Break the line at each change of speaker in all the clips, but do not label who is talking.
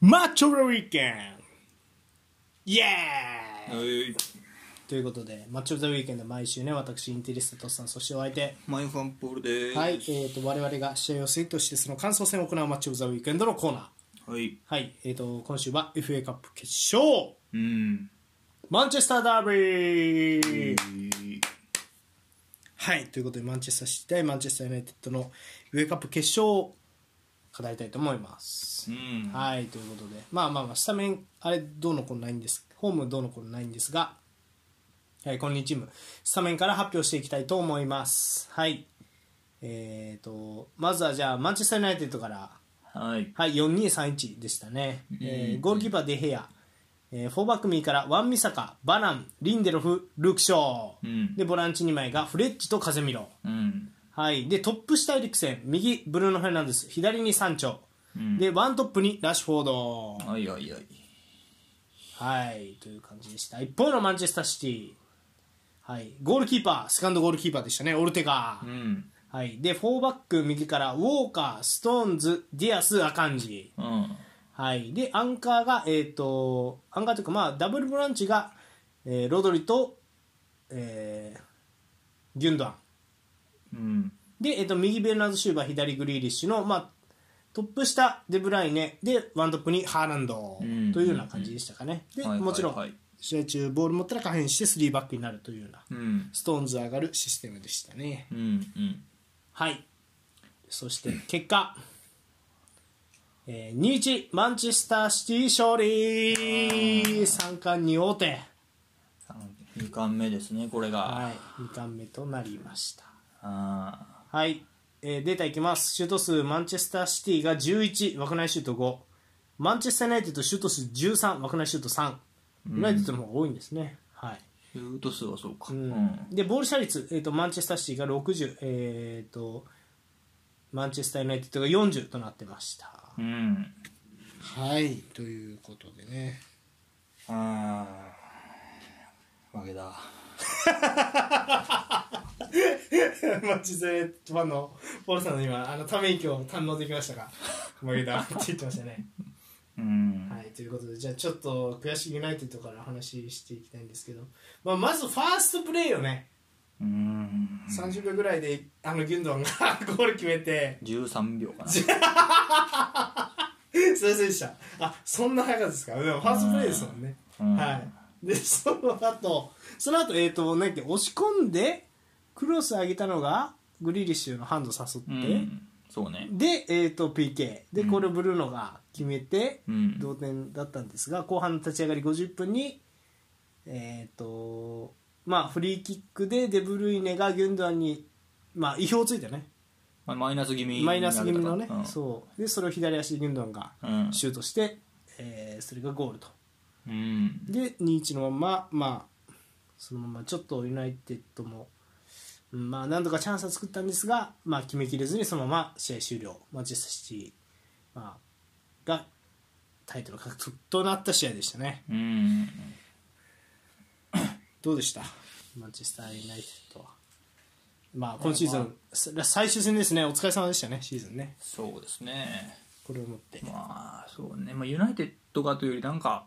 マッチョウィーケンイエーイということで、マッチョ・ザ・ウィーケンで毎週ね、私、インテリストとさん、そしてお相手、
マイファンポールです。
はい、えー、と我々が試合をセットして、その感想戦を行うマッチ・オブ・ザ・ウィーケンドのコーナー、
はい。
はいえー、と今週は FA カップ決勝、
うん。
マンチェスター・ダービー、
い
はい、ということで、マンチェスター・シティ対マンチェスター・ユナイテッドの FA カップ決勝を語りたいと思います。
うん。
はいということで、まあまあまあ、スタメン、あれ、どうのこうのないんです、ホームどうのこうのないんですが、はい、この2チーム、スタメンから発表していきたいと思います。はい、えー、とまずはじゃあ、マンチェスター・ユナイテッドから、
はい。
はい、4231でしたね、えーゴールキーパー、デヘア、えー、フォーバックミーからワン・ミサカ、バラン、リンデロフ、ルクショー、
うん
でボランチ2枚がフレッジとカゼミロ。
うん。
はい、でトップ下エリクセン右ブルーノ・フェルナンデス左にサンチョ、
うん
でワントップにラッシュフォード、
はいはいはい。
はいという感じでした一方のマンチェスターシティ、はい、ゴールキーパーセカンドゴールキーパーでしたねオルテガ、
うん。
はい、でフォーバック右からウォーカーストーンズディアスアカンジ
うん。
はい、でアンカーが、えー、とアンカーというか、まあ、ダブルボランチが、えーロドリと、えーギュンドアン
うん。
で、えっと、右ベルナード・シューバー左グリーリッシュの、まあ、トップ下デブライネでワントップにハーランド
うん
というような感じでしたかね、で、
はい
もちろ
はいは
ん
い
試合中ボール持ったら下変して3バックになるというような
うん。
ストーンズ上がるシステムでしたね
うん。うん。
はいそ して結果、えー、2-1マンチェスターシティ勝利三冠に王手
2巻目ですね、これが。
はい2冠目となりました
あ
はい、えーデータいきますシュート数マンチェスターシティが11枠内シュート5マンチェスターユナイテッドシュート数13枠内シュート3ユナイテッドの方が多いんですね、はい
ーシュート数はそうか。う。
うんん、でボール射率、えー、とマンチェスターシティが60、えー、とマンチェスターユナイテッドが40となってました
うん。
はいということでね
ああ。負けだ。
マンチェスターユナイテッドファンのポールさんの今あのため息を堪能できましたが負けたって言ってましたね
うん。
はい、ということで、じゃあちょっと悔しいユナイテッドから話していきたいんですけど、まあ、まずファーストプレーよね、
うん。
30秒ぐらいであのギュンドアンがゴール決めて、
13秒かな。
すいませんでした、あそんな早かったですか、でもファーストプレーですもんね。
うん
はい、で、その後その後、えー、となんて押し込んで、クロス上げたのが、グリーリッシュのハンド誘
う
って、
ん。そうね。
で、えー、と PK でこれをブルーノが決めて、
うん
同点だったんですが後半の立ち上がり50分に、えーとまあ、フリーキックでデブルイネがギュンドアンに、まあ、意表をついてね
まマイナス気味にな
マ
れ
イ
た
ナ
か
ス気味のね、
うん
そうでそれを左足でギュンドアンが
うん。
シュートして、えーそれがゴールと
うん。
で2-1のまま、まあ、そのままちょっとユナイテッドも、うんまあ、何度かチャンスは作ったんですが、まあ、決めきれずにそのまま試合終了マンチェスターシティ、まあ、がタイトル獲得となった試合でしたね
うん。
どうでしたマンチェスターユナイテッドは、まあ、今シーズン、さ最終戦ですねお疲れ様でしたねシーズンね
そうですね。
これをもって、
まあそうね、まあ、ユナイテッドかというよりなんか、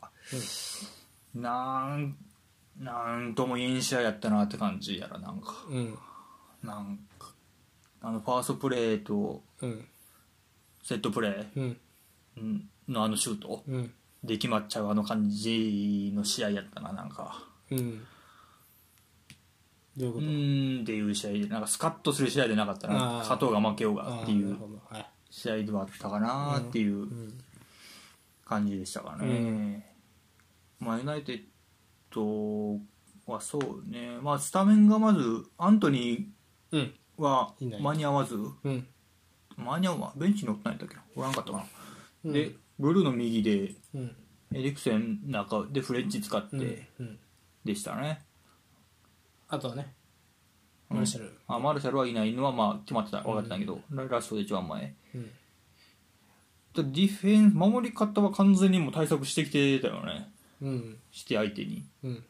なんなんとも言えん試合やったなって感じやらなんか
うん
なんかあのファーストプレーと
うん
セットプレ
うん
ーのあのシュート
うん
で決まっちゃうあの感じの試合やったななんか
うんどういう
う
こと、
ーんっていう試合でなんかスカッとする試合でなかった
あ
な
ー
加藤が負けよう
あ
が
あ
ってい
な
う
るほどはい
試合ではあったかなっていう感じでしたからね、まあ、ユナイテッドはそうね、まあ、スタメンがまずアントニ
うん
ーはい
ない
間に合わず
うん
間に合うわベンチにおったんやったっけなおらんかったかな、
うん
でブルーの右で
うん
エリクセン中でフレッジ使って
うん、
でしたね、
あとはね
うん
マルシャル、
あマルシャルはいないのはまあ決まってた分かってたんやけど、ララストで一番前
うん
でディフェンス守り方は完全にもう対策してきてたよね
うん
して相手に
うん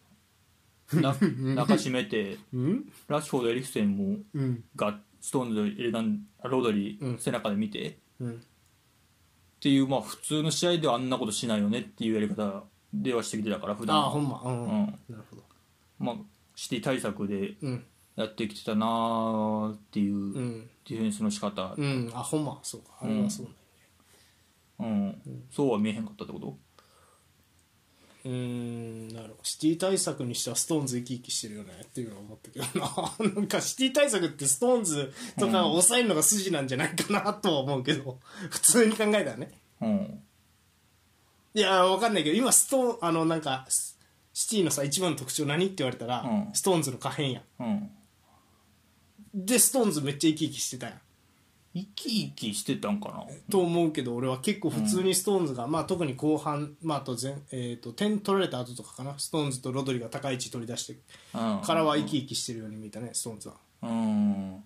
な中締めて
うん
ラッシュフォードエリクセンも
うん
がストーンズとエレダンロドリ
うん
背中で見て、
うん
っていう、まあ、普通の試合ではあんなことしないよねっていうやり方ではしてきてたから普段
ああ
は
ほんまうん、
うん
なるほど
まあ、シティ対策で
うん
やってきてたなーっていう、
うん
ディフェンスの仕方、
うんあほんまそうかあれはそうね
うんそうは見えへんかったってこと
うーんなるほどシティ対策にしてはストーンズ生き生きしてるよねっていうのは思ったけどな なんかシティ対策ってストーンズとかを抑えるのが筋なんじゃないかなとは思うけど 普通に考えたらね
うん
いやわかんないけど今ストーンあのなんかシシティのさ一番の特徴何って言われたら、
うん
ストーンズの可変やん
うん
でストーンズめっちゃ生き生きしてたやん
生き生きしてたんかな
と思うけど俺は結構普通にストーンズが、まあ、特に後半、まあ、あと前、えー、と点取られた後とかかなストーンズとロドリが高い位置取り出して
うん
からは生き生きしてるように見えたねストーンズは。
うん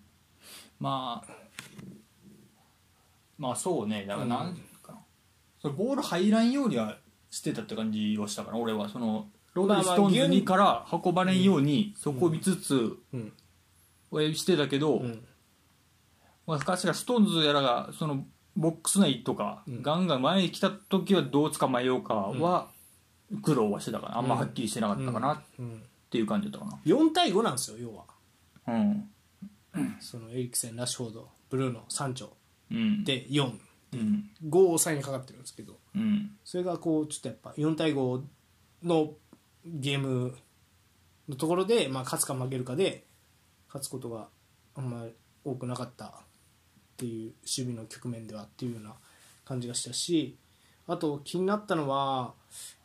まあまあそうねだからなんていうかな、それボール入らんようにはしてたって感じはしたかな俺はそのロー
まあ
リ
まあ
ストーンズにから運ばれんようにそこを見つつ
うん
してたけど、
うん
まあ、しかしストーンズやらがそのボックス内とか、
ん
ガンガン前に来た時はどう捕まえようかは苦労はしてたからあんまはっきりしてなかったかなっ
うん、
ていう感じだったか
4対5なんですよ要は
なうん
そのエリクセンラッシュフォードブルーノサンチョ
うん
で45
うん
を抑えにかかってるんですけど
うん
それがこうちょっとやっぱ4対5のゲームのところで、まあ、勝つか負けるかで勝つことがあんまり多くなかったっていう守備の局面ではっていうような感じがしたしあと気になったのは、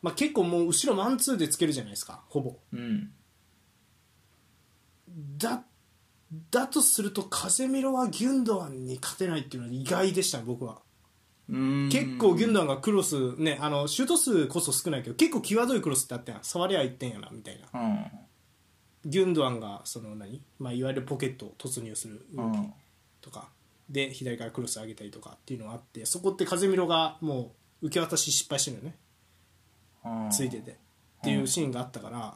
まあ、結構もう後ろマンツーでつけるじゃないですかほぼ
うん
だだとするとカゼミロはギュンドアンに勝てないっていうのは意外でしたね僕は
うん
結構ギュンドアンがクロスねあのシュート数こそ少ないけど結構際どいクロスってあったやん触りゃ1点やなみたいな
うん
ギュンドアンがその何、まあ、いわゆるポケットを突入する
う
動き
ん
とかで左からクロス上げたりとかっていうのがあってそこってカゼミロがもう受け渡し失敗してるよね
うん
ついててっていうシーンがあったから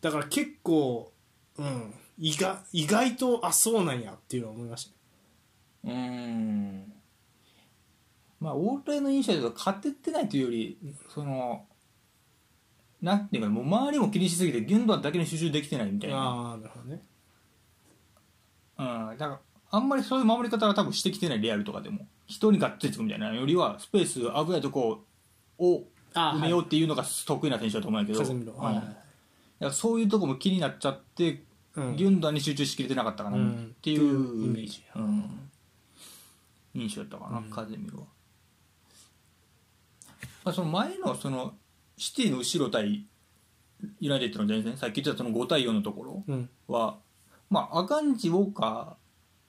だから結構うん意外意外とあそうなんやっていうのは思いましたね
うんまあオールラインの印象だと勝ててないというよりそのなんていうかもう周りも気にしすぎてギュンドアンだけに集中できてないみたいな
ああなるほどね
うん、だからあんまりそういう守り方は多分してきてないレアルとかでも人にがっつりつくみたいなよりはスペース危ないとこを
あ
埋めようっていうのが得意な選手だと思うんだけど、
風見
う
ろ
んだからそういうとこも気になっちゃって、
うん
ギュンダンに集中しきれてなかったかな
うん
ってい
っていうイ
う
メージ
うん印象だったかな、カゼミロは。まあ、その前のそのシティの後ろ対ユナイテッドの前線さっき言ってたその5対4のところ、
うん
は、まあ、アカンジ、ウォーカ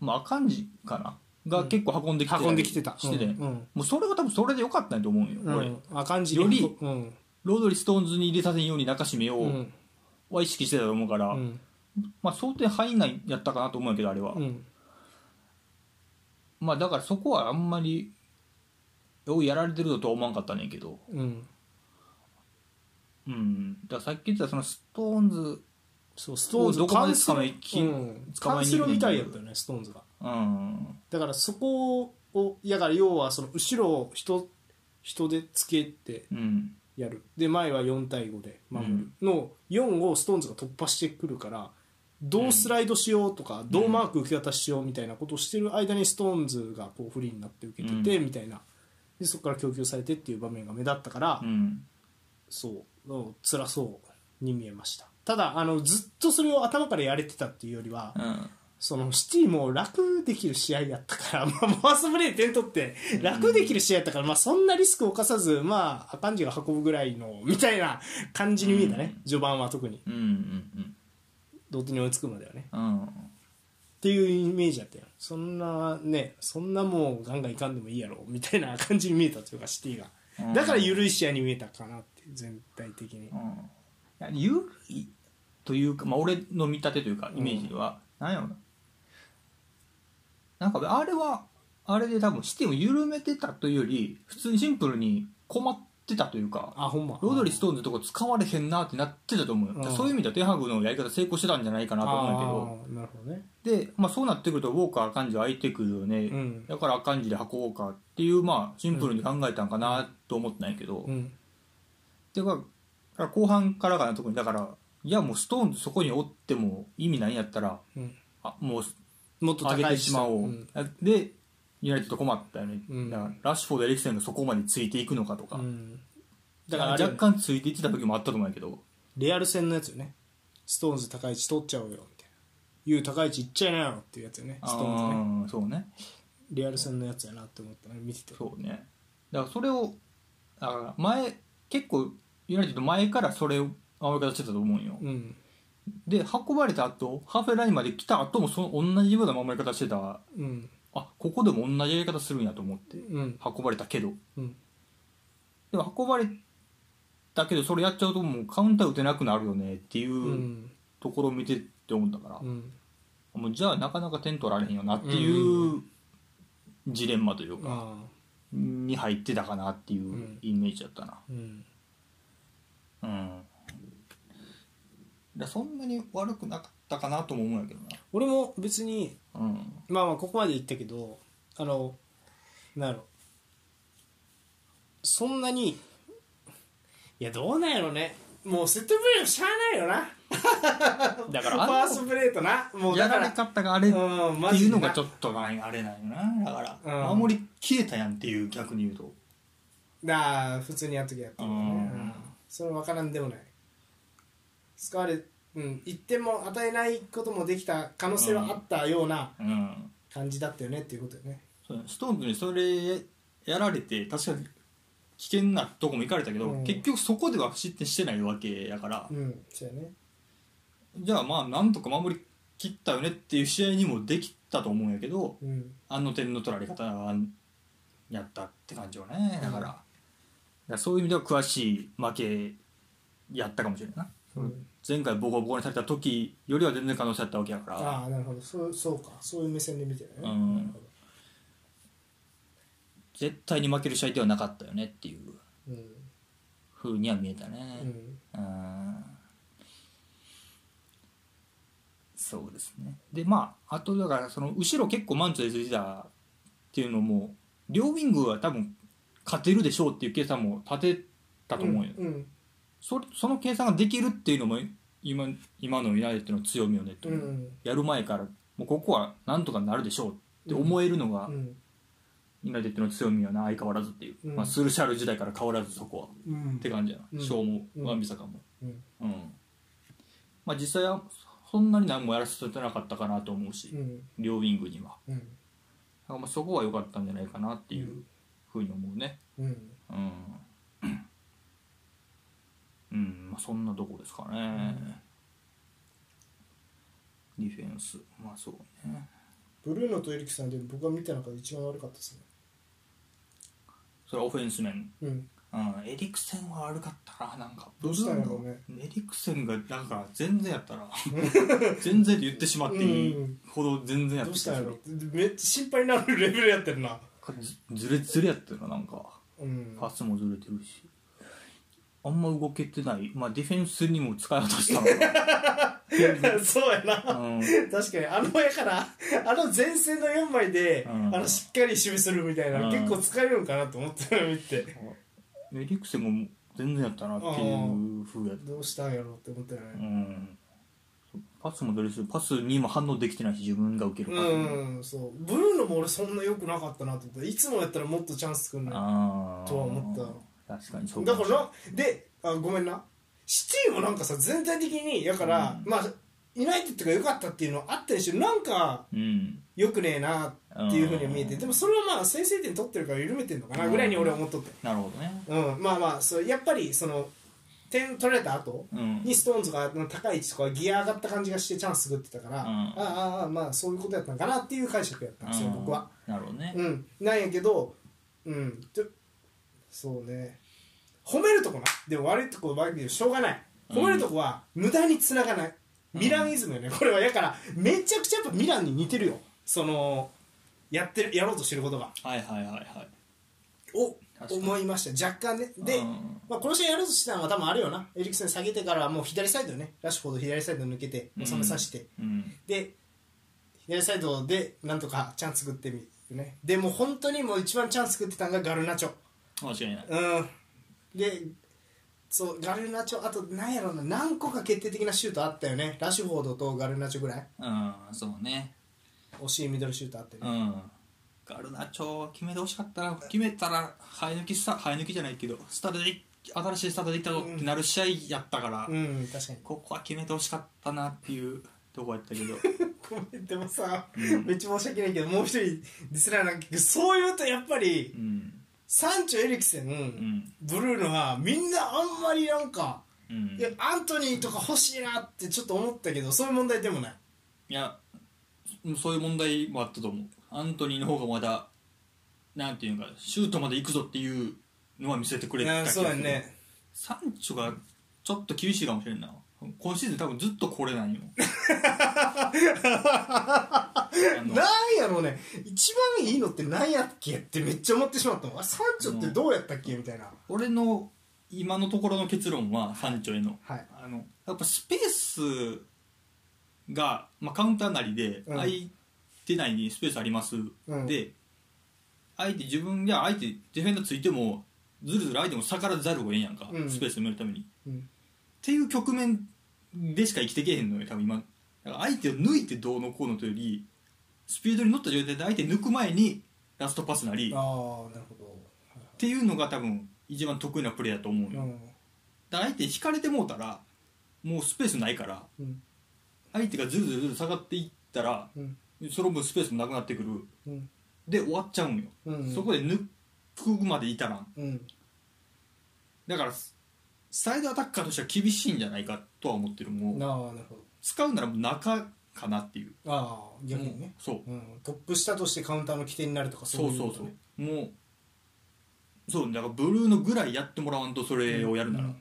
ー、まあ、アカンジかなが結構運んできてたり
運んできてた
してて
うんうん
もうそれが多分それでよかったんやと思うんよ、
う
俺。
んあ感じ
より
うん
ロードリーストーンズに入れさせんように中締め
う
を
ん
は意識してたと思うから、
うん
まあ、想定範囲内やったかなと思うんやけど、あれは。
うん
まあ、だからそこはあんまり、ようやられてるとは思わんかったねんけど。
うん
うん。だからさっき言ってたそのストーンズ、
そうストーンズ
どこまで捕まえき
うん
捕
カ
まえ
ン
に
セ
行く
ロみたいだったよねストーンズが
うん。
だからそこをいやだから要はその後ろを人人でつけて
うん。
やるで前は4対5で守るの4をストーンズが突破してくるからどうスライドしようとかどうマーク受け渡ししようみたいなことをしてる間にストーンズがこうフリーになって受けててみたいなでそこから供給されてっていう場面が目立ったから
うん。
そううん辛そうに見えましたただあのずっとそれを頭からやれてたっていうよりは
うん。
そのシティも楽できる試合やったから、ま あ、ファーストプレーで点取って楽できる試合やったから、まあ、そんなリスクを犯さず、まあ、アカンジが運ぶぐらいのみたいな感じに見えたね、序盤は特に
うん。うん。
同点に追いつくまではね
うん。
っていうイメージだったよそんなねそんなもうガンガンいかんでもいいやろみたいな感じに見えたというかシティが
うん
だから緩い試合に見えたかなっていう全体的に
うん、いや緩いというか、まあ、俺の見立てというかイメージでは、なんやろうななんかあれはあれで多分シティを緩めてたというより普通にシンプルに困っってたというか
あほんま
ロドリストーンズとか使われへんなってなってたと思うよ、
うん
そういう意味ではテハグのやり方成功してたんじゃないかなと思うんやけど
あーなるほどね
で、まあ、そうなってくるとウォーカーアカンジは空いてくるよね、
うん
だからアカンジで運ぼうかっていう、まあ、シンプルに考えたんかなと思ったんやけど、
うん
てかだから後半からかな特にだからいやもうストーンズそこにおっても意味ないんやったら
うん
あもう
もっと高
上
い
げてしまおう、
ん
でユナイテッド困ったよね、
うん
だからラッシュフォード・エリクセンがそこまでついていくのかとか、
うんだか
だからら
あれよ
若
ね
干ついていってた時もあったと思うんやけど
レアル戦のやつよねストーンズ高い位置取っちゃおうよみたいな言う高い位置いっちゃいなよっていうやつよねストーンズね
あーそうね
レアル戦のやつやなって思ったね見てて
そうねだからそれをだから前結構ユナイテッド前からそれを青い方してたと思うんよ、
うん
で運ばれた後ハーフウェイラインまで来た後もその同じような守り方してた
うん
あここでも同じやり方するんやと思って
うん
運ばれたけど
うん
でも運ばれたけどそれやっちゃうともうカウンター打てなくなるよねっていううんところを見てって思ったから、
うん
もうじゃあなかなか点取られへんよなっていううジレンマというか、
あ
に入ってたかなっていううんイメージだったな
あうん
うん、だからそんなに悪くなかったかなとも思うんやけど
俺も別に
なうん
まあまあここまで言ったけどあのなんやろそんなにいやどうなんやろねもうセットプレーもしゃあないよな
だか
フ
らあ
ァー
の
ストプレートなもう
や
だから
れ
ら
方があれって
うんマ
い
ジ
う
で
の
な
がちょっとなあれなんよなだから、
うん
守りきれたやんっていう逆に言うと
なあ普通にやっときゃやったもんね、
うん
うんそれ分からんでもない使われうん1点も与えないこともできた可能性はあったような
うん
感じだったよねっていうことよね
そうねストーンズにそれやられて確かに危険なとこも行かれたけど、
うん
結局そこでは失点してないわけやから
う、んそうやね
じゃあまあなんとか守り切ったよねっていう試合にもできたと思うんやけど
うん
あの点の取られ方やったって感じよねだから,、だからそういう意味では詳しい負けやったかもしれないな、
うん
前回ボコボコにされた時よりは全然可能性あったわけやから
ああなるほどそうそうかそういう目線で見てるね、
うん
なるほど
絶対に負ける試合ではなかったよねっていう
うん
ふうには見えたね、
うん
うんそうですねでまああとだからその後ろ結構マンツーでついてたっていうのも両ウィングは多分勝てるでしょうっていう計算も立てたと思うよ、
うんうん
そその計算ができるっていうのも今今のユナイテッドの強みよねと、
うん
やる前からもうここはなんとかなるでしょうって思えるのが
うん
ユナイテッドの強みよな相変わらずっていう、
うん
まあ、スルシャル時代から変わらずそこは
うん
って感じやな、
うん
ショーも、
うん
ワンビサカも
うん
うんまあ実際はそんなに何もやらせてなかったかなと思うし、
うん
両ウィングには
うん
だからまあそこは良かったんじゃないかなっていうふうに思うね
うん
うん、うんまあ、そんなとこですかね、ディフェンスまあそうね
ブルーノとエリキさんで僕が見た中で一番悪かったですね
それはオフェンス面
うん
うん、エリクセンは悪かったななんか
どうしたんやろうね
ブルーのエリクセンがなんか全然やった な全然って言ってしまっていいほど全然やっ
どう
た
し
気
たん
が
や
す
ろ
る
めっちゃ心配になるレベルやってるな
ずれずれやったよななんか
うん
パスもずれてるしあんま動けてないまあディフェンスにも使い果たしたの か
そうやな
うん
確かにあのやからあの前線の4枚で、
うん
あのしっかり守備するみたいな、
うん
結構使えるんかなと思ったの見て
エリクセンも全然やったなっていう風やった
どうしたんやろうって思ったよ
う
ね
んパスもずれするパスにも反応できてないし自分が受ける
う
パスにも
ん、そうブルーノも俺そんな良くなかったなと思ったいつもやったらもっとチャンスくんな
あー
とは思った
確かにそう
だか
も
ら
しれない
なであごめんなシティもなんかさ全体的にやから、
う
まあユナイテッドが良かったっていうのはあったにしろなんか
うん
よくねえなっていうふうには見えて
うん
でもそれはまあ先制点取ってるから緩めてんのかなぐらいに俺は思っとって
なるほどね
うん、まあまあそうやっぱりその点取られた後
うん
にストーンズが高い位置とかギア上がった感じがしてチャンス作ってたから、
うん
ああああまあそういうことやったんかなっていう解釈やったんですよ、僕は、
なるほどね
うん、なんやけどうんちょそうね褒めるとこなでも悪いとこ悪いけどしょうがない
うん
褒めるとこは無駄につながないミランイズムよね、これはやからめちゃくちゃやっぱミランに似てるよそのやってるやろうとしてることが
はいはいはいはい
お
確かに
思いました若干ねで、
うん
まあ、この試合やるとしたのは多分あれよなエリクセン下げてからはもう左サイドよねラッシュフォード左サイド抜けて収めさせて、
うん
で左サイドでなんとかチャンス作ってみるねでもう本当にもう一番チャンス作ってたのがガルナチョ
間違いない
うんでそうガルナチョあと何やろうな何個か決定的なシュートあったよねラッシュフォードとガルナチョぐらい
うんそうね
惜しいミドルシュートあって
う
ね、
んガルナチョは決めてほしかったな決めたら生え抜きした生え抜きじゃないけどスタートで新しいスタートできたぞってなる試合やったから、
うん、確かに
ここは決めてほしかったなっていうとこやったけど
ごめんでもさ、
ん
めっちゃ申し訳ないけどもう一人ディスラーなんかそういうとやっぱり
うん
サンチョエリクセン、
うん
ブルーノはみんなあんまりなんか
うん
いやアントニーとか欲しいなってちょっと思ったけどそういう問題でもない
いやそういう問題もあったと思うアントニーの方がまだなんていうのかシュートまで行くぞっていうのは見せてくれた
うん
気がす
そう
る
やね
サンチョがちょっと厳しいかもしれんな今シーズン多分ずっとこれ なんよあ
な
の
んやろうね一番いいのってなんやっけってめっちゃ思ってしまったもんあサンチョってどうやったっけみたいな
俺の今のところの結論はサンチョへの
はい
あのやっぱスペースが、まあ、カウンターなりで
うん
相手内にスペースあります、
うん
で相手自分が相手ディフェンダーついてもずるずる相手も逆らざるをえんやんか、
うん
スペース埋めるためにっ
うん
ていう局面でしか生きてけへんのよ多分今だから相手を抜いてどうのこうのというよりスピードに乗った状態で相手抜く前にラストパスなり
ああ
っ
なるほ
ていうのが多分一番得意なプレーやと思う
ど
よ、
うん
だから相手引かれてもうたらもうスペースないから
うん
相手がずるずるずる下がっていったら
うん
その分スペースもなくなってくる
うん
で終わっちゃうんよ、
うん
そこで抜くまで至らん
うん
だからサイドアタッカーとしては厳しいんじゃないかとは思ってるもう
ああなるほど
使うならもう中かなっていう
ああ逆にね、
そう
うん、トップ下としてカウンターの起点になるとか
そう
い
そう
こ
そ
とね
うもうそうだからブルーのぐらいやってもらわんとそれをやるなら、
うん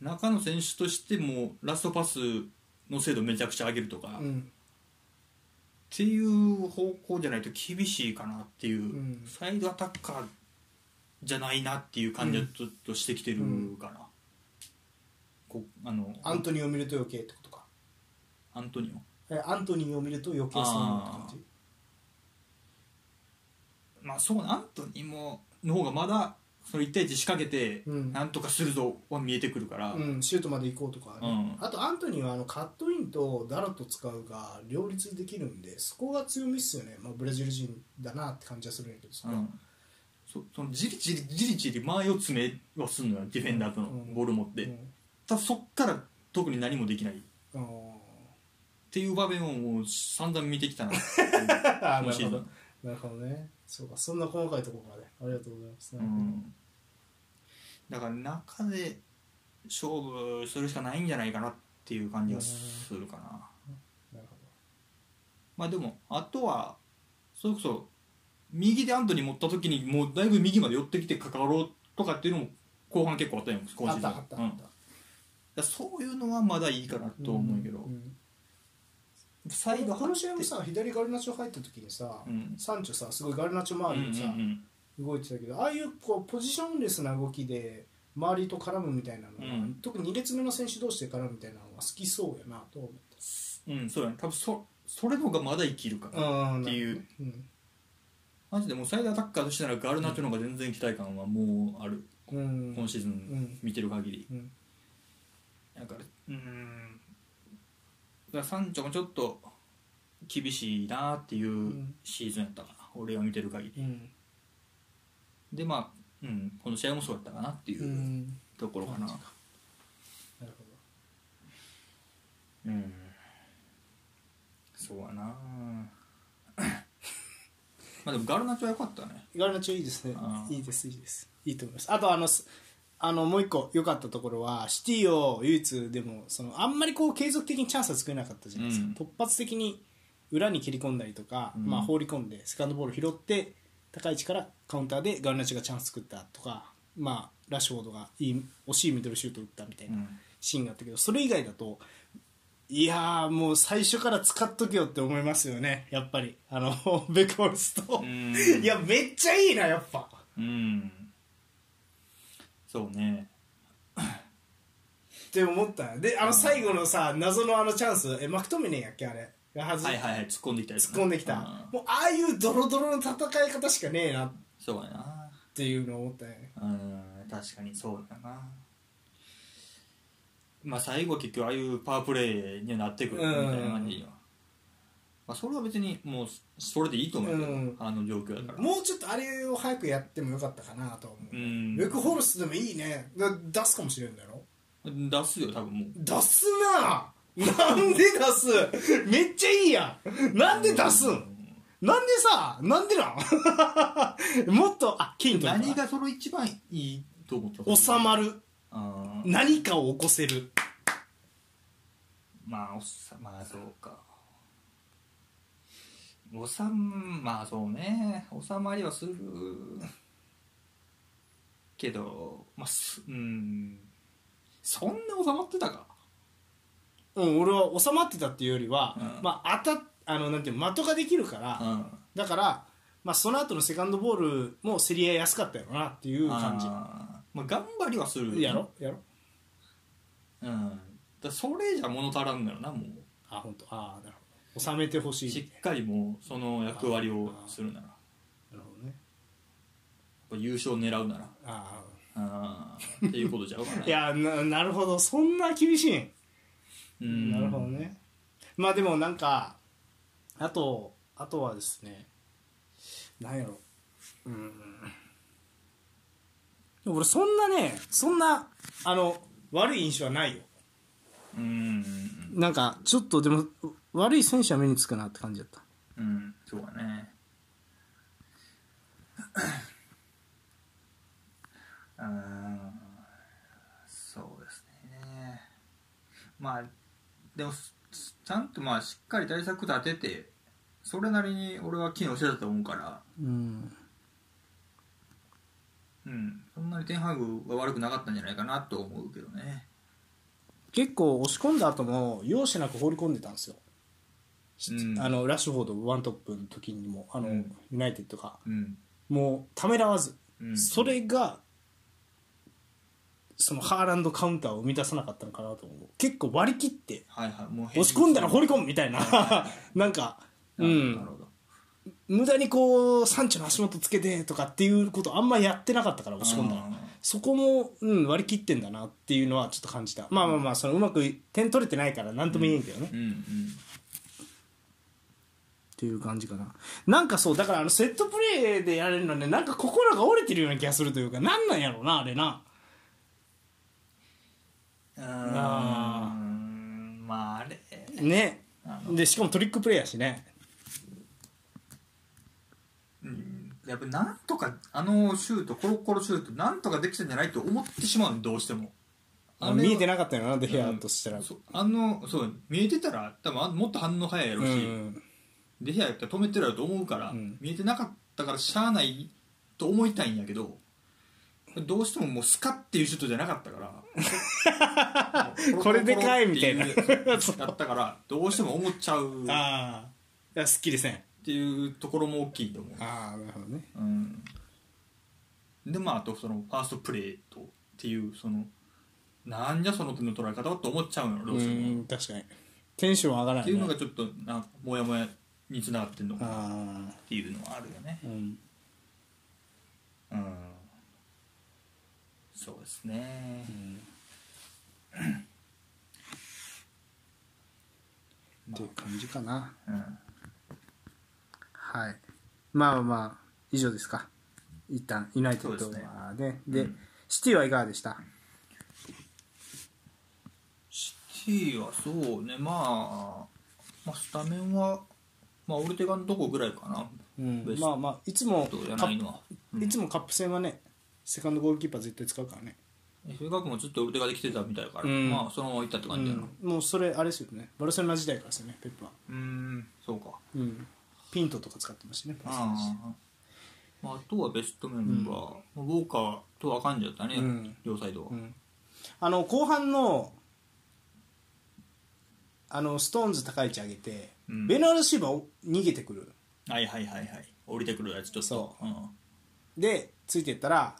中野選手としてもラストパスの精度めちゃくちゃ上げるとか、
う
っ
ん
ていう方向じゃないと厳しいかなっていう、
ん
サイドアタッカーじゃないなっていう感じはちょっとしてきてるかな、こあの
アントニーを見ると余計ってことか
アントニオ
えアントニーを見ると余計そうなるって感
まあそうねアントニーもの方がまだその1対1仕掛けて
うん
なんとかするぞは見えてくるから、
じ、うん、シュートまで行こうとか、ね
う
あとアントニーはあのカットインとダラット使うが両立できるんでそこが強みっすよね、まあ、ブラジル人だなって感じはするんやけどさ、
うんそそのじりじりじりじり前を詰めはすんのよディフェンダーとの
うん
ボール持って、
うん
ただそっから特に何もできないっ
あー
ていう場面をもう散々見てきたな
あー
今
な
シ
るほ
ーズ
ど
ン、
なるほどねそうかそんな細かいところまでありがとうございます、
うん、だから中で勝負するしかないんじゃないかなっていう感じがするかな、
なるほ
まあでもあとはそれこそ右でアントニー持った時にもうだいぶ右まで寄ってきて関わろうとかっていうのも後半結構あったよ
ど
今
あっ
シーズン
たあったあ
う
っ
んだか
た、
らそういうのはまだいいかなと思うけど、
ん
サイド
この試合も
張って
さ左ガルナチョ入った時にさ、
うん
サンチョさすごいガルナチョ周りにさ、
うんうん
動いてたけどああいうこうポジションレスな動きで周りと絡むみたいなのは、
うん
特に2列目の選手同士で絡むみたいなのは好きそうやなと思っ
うん、うんそうやね多分そそれの方がまだ生きるか
た
ら
うん
っていう
うん、
マジでもうサイドアタッカーとしてならガルナチョの方が全然期待感はもうある
うん
今シーズ
う
ン
ん
見てる限り
うん
だからうーんだからサンチョもちょっと厳しいなっていううシーズンやったかな、俺が見てる限り
うん
でまあ、うん、この試合もそうやったかなっていううんところかな、
感じなるほ
うんそうやな まあでもガルナチョは良かったね
どガルナチョいいですね
あー
いいですいいですいいと思いますあとあのすあのもう一個良かったところはシティを唯一でもそのあんまりこう継続的にチャンスは作れなかったじゃないですか、
うん
突発的に裏に蹴り込んだりとか、
うん
まあ、放り込んでセカンドボール拾って高い位置からカウンターでガルナチョがチャンス作ったとか、まあ、ラッシュフォードがいい惜しいミドルシュート打ったみたいうなんシーンがあったけどそれ以外だといやーもう最初から使っとけよって思いますよねやっぱりあの ベクホルスト、
うん
いやめっちゃいいなやっぱ
うんそうね
って思ったであの最後のさ謎のあのチャンスえマクトミネンやっけあれが外
はいはいはい突っ込んできたり
突っ込んできた、もうああいうドロドロの戦い方しかねえなっ
そうやな
ていうのを思ったよね
うん確かにそうだなまあ最後は結局ああいうパワープレイにはなってくるみたいな感じには、まあ、それは別にもうそれでいいと思うけど、
うん
あの状況だから
もうちょっとあれを早くやってもよかったかなとは思う、
うん
ルク・ホルスでもいいねだ出すかもしれんだろ
出すよ多分もう
出すななんで出すめっちゃいいやんなんで出すんなんでさなんでなん もっとあ金とか
何がその一番いいと思った
収まる
あー
何かを起こせる
まあおっさまあそうかおさんまあそうね収まりはするけどまあすうんそんな収まってたか
うん俺は収まってたっていうよりは、
うん
まあ当たっあのなんていうの的ができるから、
うん
だからまあその後のセカンドボールも競り合いやすかったよなっていう感じ
あーまあ頑張りはする
やろやろ
うんだそれじゃ物足らんのよなもう
あ本当ああなるほど収めてほしい
しっかりもうその役割をするなら
な
やっ
るほどね
ぱ優勝狙うなら
ああ
あーっていうことじゃ うかない
やななるほどそんな厳しいん、
うん
なるほどねまあでもなんかあとあとはですねなんやろうんでも俺そんなねそんなあの悪い印象はないよ
うん
なんかちょっとでも悪い選手は目につくなって感じだった
うんそうだね うんそうですねまあでもすすちゃんとまあしっかり対策立ててそれなりに俺は機能してたと思うから
うん
うんそんなにテンハグは悪くなかったんじゃないかなと思うけどね
結構押し込んだ後も容赦なく放り込んでたんですよ、
うん
あのラッシュフォードワントップの時にもあの、
うん
ユナイテッドが
うん
もうためらわず、
うん
それがそのハーランドカウンターを生み出さなかったのかなと思う結構割り切って
はいはいもう
押し込んだら放
り
り込むみたいな なんかう
なる
ん
ほど
無駄にこうサンチョの足元つけてとかっていうことあんまやってなかったから押し込んだら
あー
そこも、うん、割り切ってんだなっていうのはちょっと感じたまあまあまあそのうまく点取れてないからなんとも言えんけどね、
うんうん
っていう感じかななんかそうだからあのセットプレーでやれるのはねなんか心が折れてるような気がするというかなんなんやろうなあれな
うーんまああれ
ね
あ
でしかもトリックプレーやしね
うんやっぱなんとかあのシュートコロコロシュートなんとかできたんじゃないと思ってしまうのどうしても
あ見えて
な
なかったよなデヘアとしたら、
そうあのそう見えてたら多分あもっと反応早いやろ
う
うし、
ん
デヘアやったら止めてるやろと思うから、
うん
見えてなかったからしゃあないと思いたいんやけどどうしてももうスカっていうシュートじゃなかったから
これでかいみたいな
コロコロっていう やったからどうしても思っちゃうっ
ああいやすっきりせん
ていうところも大きいと思う
ああなるほどね
うん、でまああとそのファーストプレーとっていうそのなんじゃその手の捉え方はと思っちゃうのよど
う
うしても
ん確かにテンション上がら
っ
な
て
い、
いうの
ね
が、ちょっとなんかモヤモヤにつながってんのかなっ
ああ
ていうのはあるよね
うん
うんそうですね
っていう感じかな
うん
はいまあまあ以上ですか一旦ユナイテッド
そうですね
はねで
うん
シティはいかがでした
シティはそうねまあ、まあ、スタメンはまあオルテガのとこぐらいかな
うん
ベ、ス
まあまあいつも
どうじ
カ
ゃない
ッ
の
プ
は、うん
いつもカップ戦はねセカンドゴールキーパー絶対使うからね、
FA カップもずっとオルテガで来てたみたいだから、
うん
まあそのまま行ったって
う、
感じだなん
もうそれあれですよねバルセロナ時代からですよねペップは、
うーんそうか
うん、ピントとか使ってましたねバルセロナ時代
ああまあ、あとはベストメンバー、まあウォーカーとはかんじゃったね、
うん
両サイドは、
うんあの後半のあのストーンズ高い位置上げて、
うん
ベナード・シーバーを逃げてくる
はいはいはいはい降りてくるやつちょっと、
そう
ん、
でついてったら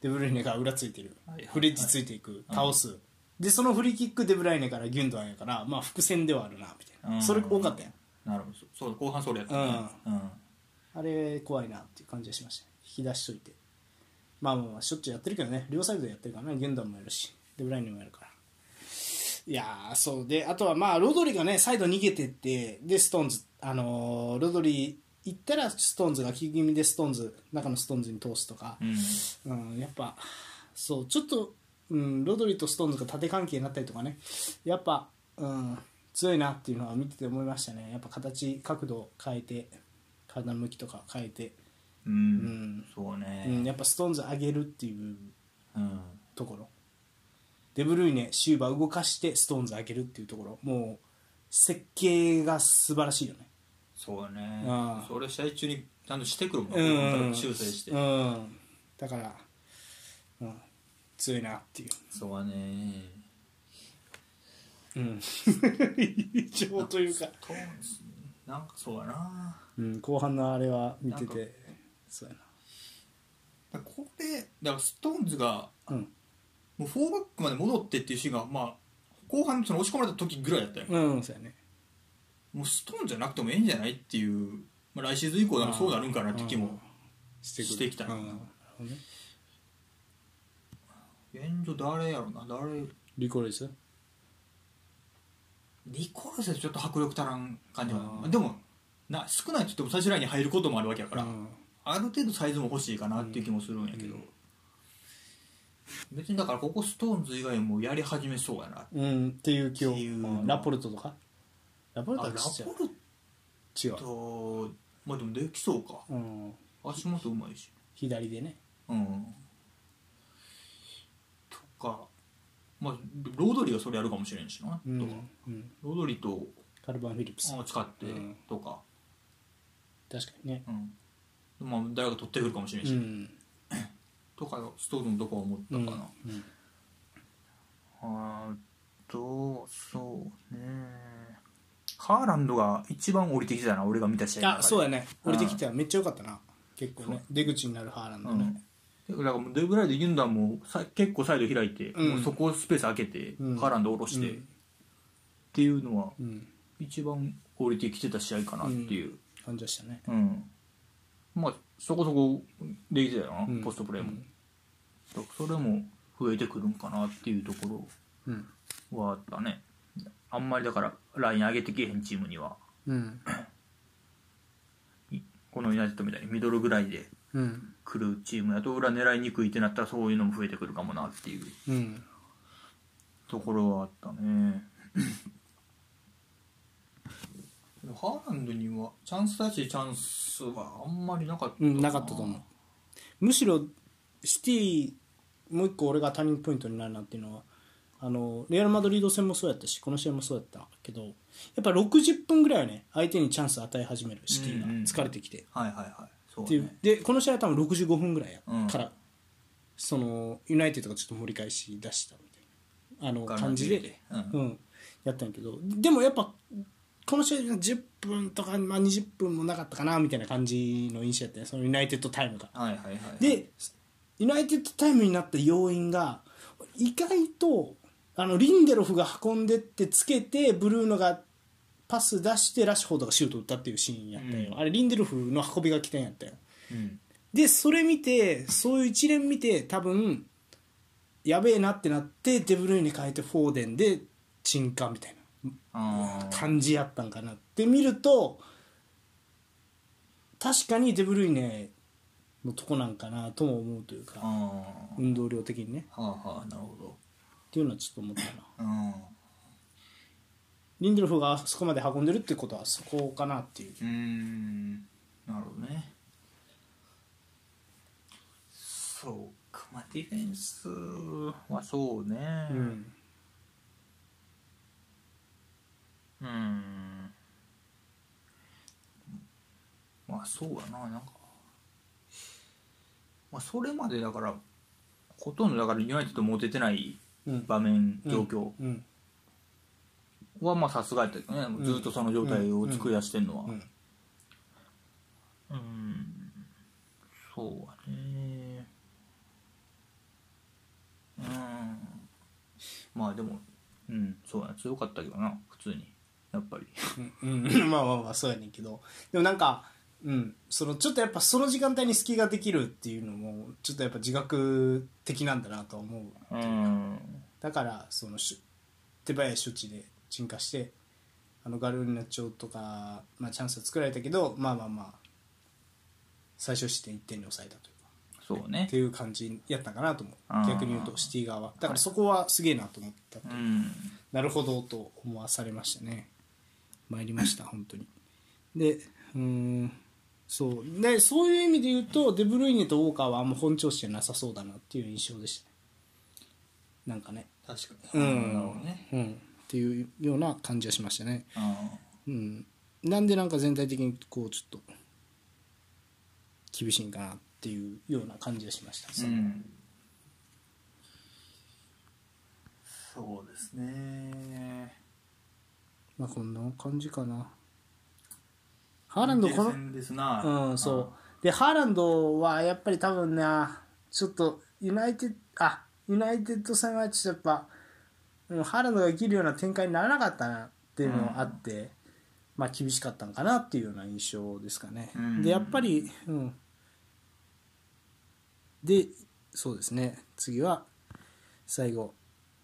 デブルイネが裏ついてる
はいはいはい
フレッジついていく
うん
倒すでそのフリーキックデブライネからギュンドアンやからまあ伏線ではあるなみたいな
うん
それ多かったやん
なるほどそう後半それやったねうん
あれ怖いなっていう感じがしましたね引き出しといてまあまあまあしょっちゅうやってるけどね両サイドでやってるからねギュンドアンもやるしデブライネもやるからいやーそうであとはまあロドリがねサイド逃げてってでストーンズあのーロドリ行ったらストーンズが気気味でストーンズ中のストーンズに通すとか、
うん
うん、やっぱそうちょっと、うん、ロドリとストーンズが縦関係になったりとかねやっぱ、うん、強いなっていうのは見てて思いましたねやっぱ形角度を変えて体の向きとか変えて、う
う
んん
そう
うん、
ね
やっぱストーンズ上げるっていう
うん
ところデブルイネシューバー動かしてストーンズ上げるっていうところもう設計が素晴らしいよね
そうね
うん
それ試合中にちゃんとしてくるもん
う
ね
ん
修正して
うん、だから、うん、強いなっていう
そうはね
うん、異常というか、
トーンスなんかそうだな
うん、後半のあれは見て
なん
てそうや
だからこれだからストーンズが
なうん
もう4バックまで戻ってっていうシーンがまあ後半その押し込まれた時ぐらいだったよね、
うんそうやね
もうストーンじゃなくてもええんじゃないっていう、まあ、来シーズン以降なんかそうなるんかなって気も
して
してきた
うんなるほどね
現状誰やろな誰
リコレス
リコルセちょっと迫力足らん感じは
うん
でもな少ないって言っても最終ラインに入ることもあるわけやから、
うん
ある程度サイズも欲しいかなっていう気もするんやけど、
うん
別にだからここストーンズ以外もやり始めそうやな
うんっていう気を
っていうの
うんラポルトとかラポルト
あ
は
ラ
ちっちゃ
ポル
い違う
トまあでもできそうか
うん
足元うまいし
左でね
うんとか、まあ、ロードリーはそれやるかもしれんしな、
うん
とか
うん
ロードリーと
カルバン・フィリップス
あ使って
うん
とか、
確かにね
うんまあ、誰が取ってくるかもしれん
う
し、
ん
とかストーンのどこを持った
うん
かな、
うん
あとそうねハーランドが一番降りてきたな俺が見た試合の中で
あそうやね
うん
降りてきたらめっちゃ良かったな結構ね出口になるハーランドね
うん、だからもうデブライド・ユンダンもさ結構サイド開いて、
うん
もうそこをスペース開けて、
うん
ハーランド下ろして、
うん
っていうのは
うん
一番降りてきてた試合かなっていう、
感じはしたね
うんまあそこそこできてたよな、
うん
ポストプレーも
う、ん
だからそれも増えてくるんかなっていうとこ
うん
ろはあったねあんまりだからライン上げてけえへんチームには
うん
このユナイテッドみたいにミドルぐらいで
うん
来るチームやと裏狙いにくいってなったらそういうのも増えてくるかもなっていう
うん
ところはあったねハーランドにはチャンスらしいチャンスはあんまりなかった
うん、なかったと思うむしろシティもう一個俺がターニングポイントになるなっていうのはあのレアル・マドリード戦もそうやったしこの試合もそうやったけどやっぱ60分ぐらいはね相手にチャンス与え始めるシティが
うんうん
疲れてきて、
はいはいはいそう
っていう
ね
でこの試合は多分65分ぐらいや、
うん
からそのユナイテッドがちょっと盛り返し出したみたいなあの
ガラナ
感じ
テ
で
ィ、ー
う
で
ん、やったんやけどでもやっぱこの試合10分とか、まあ、20分もなかったかなみたいな感じの印象やったねそのユナイテッドタイムが。
はいはいはいはい
でユナイテッドタイムになった要因が意外とあのリンデロフが運んでってつけてブルーノがパス出してラッシュフォードがシュート打ったっていうシーンやったよ、
うん
あれリンデロフの運びが起点やったよ
うん
でそれ見てそういう一連見て多分やべえなってなってデブルイネ変えてフォーデンで鎮火みたいな
ああ
感じやったんかなって見ると確かにデブルイネのとこなんかなとも思うというか
ああ
運動量的にね
はあはあなるほど
っていうのはちょっと思ったな
うん
リンデルフがあそこまで運んでるってことはそこかなっていう
うーんなるほどねそうかまあディフェンスはそうね
うん
うんまあそうだななんかまあそれまでだからほとんどだからユナイテッドも出てない
うん
場面状況、
うん
はまあさすがやったけどね、ずっとその状態を作り出してるのは
う
うん、
ん
そうはねうんまあでもうんそうやな強かったけどな普通にやっぱり
うんうん まあまあまあそうやねんけどでもなんか、うん、そのちょっとやっぱその時間帯に隙ができるっていうのもちょっとやっぱ自覚的なんだなとは思う
うん
だからそのし手早い処置で鎮火してあのガルーナ町とか、まあ、チャンスは作られたけどまあまあまあ最小失点1点に抑えたというか
そうね
っていう感じやったかなと思
あ
う
ー
逆に言うとシティ側はだからそこはすげえなと思ったと
うん
なるほどと思わされましたね参りました本当にでうーんそうでそういう意味で言うとデブルイネとウォーカーはあんま本調子じゃなさそうだなっていう印象でしたねなんかね
確か
う
に
ん
なるほどね
うん、っていうような感じはしましたね、
あ
うん、なんでなんか全体的にこうちょっと厳しいんかなっていうような感じはしました、
ーうんそうですね
まあこんな感じかなハーランドこの
停戦ですな
うん、そう。で、ハーランドはやっぱり多分な、ちょっと、ユナイテッド、あ、ユナイテッド戦はちょっとやっぱ、うんハーランドが生きるような展開にならなかったなっていうのがあって、まあ厳しかったのかなっていうような印象ですかね。
うん
で、やっぱり、うん。で、そうですね、次は、最後、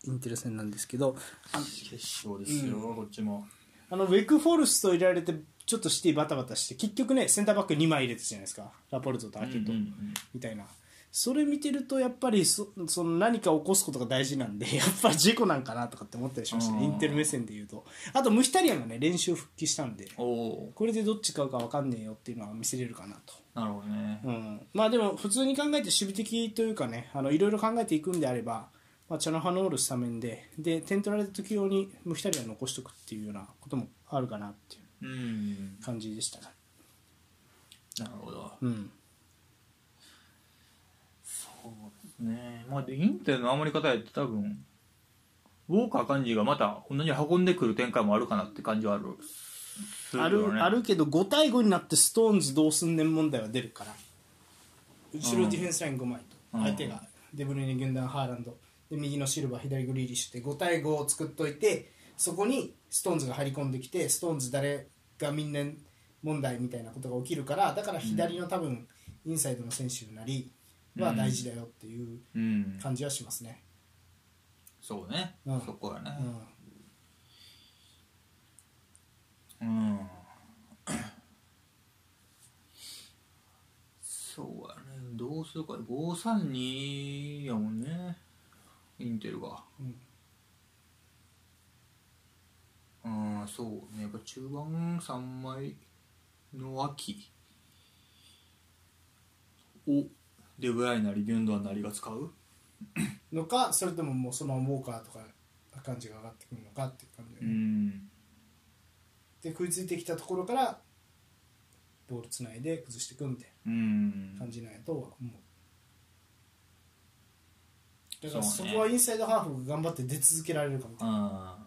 インテル戦なんですけど、あ
決勝ですよ、こっちも
あのウェクフォルスト入れられてちょっとシティバタバタして結局ねセンターバック2枚入れてたじゃないですかラポルトとアケト
うんうん
みたいな、それ見てるとやっぱりそその何か起こすことが大事なんで やっぱり事故なんかなとかって思ったりしましたね
あー
インテル目線で言うとあとムヒタリアンがね練習復帰したんで
おお
これでどっち買うか分かんねえよっていうのは見せれるかなと。
なるほどね
うん、まあでも普通に考えて守備的というかねあのいろいろ考えていくんであれば、まあ、チャノハノールスタメンでで点取られた時用にムヒタリアン残しとくっていうようなこともあるかなっていう
うん
感じでしたね。
なるほど
うん。
そうですねまあでインテルの守り方やって多分ウォーカー幹事がまた同じ運んでくる展開もあるかなって感じはあるす
あ
よね
るあるけど5対5になってストーンズどうすんねん問題は出るから後ろディフェンスライン5枚と
うん
相手がデブルイネ、軍団ハーランドで右のシルバー左グリーリッシュって5対5を作っといてそこにストーンズが張り込んできてストーンズ誰がみんな問題みたいなことが起きるからだから左の多分インサイドの選手なりは大事だよっていう
うん
感じはしますね。
そうね、
うん
そこやね
うん
うん、そうやねどうするか532やもんねインテルが
うん
うんそうねやっぱ中盤3枚の秋をデブライなりビュンドアンなりが使う
のかそれとももうそのままウォーカーとか感じが上がってくるのかっていう感じだよね。
ん
で食いついてきたところからボールつないで崩していくみたい
うん
な感じなんやとは思うだからそ
そうね
こはインサイドハーフが頑張って出続けられるかも、
あ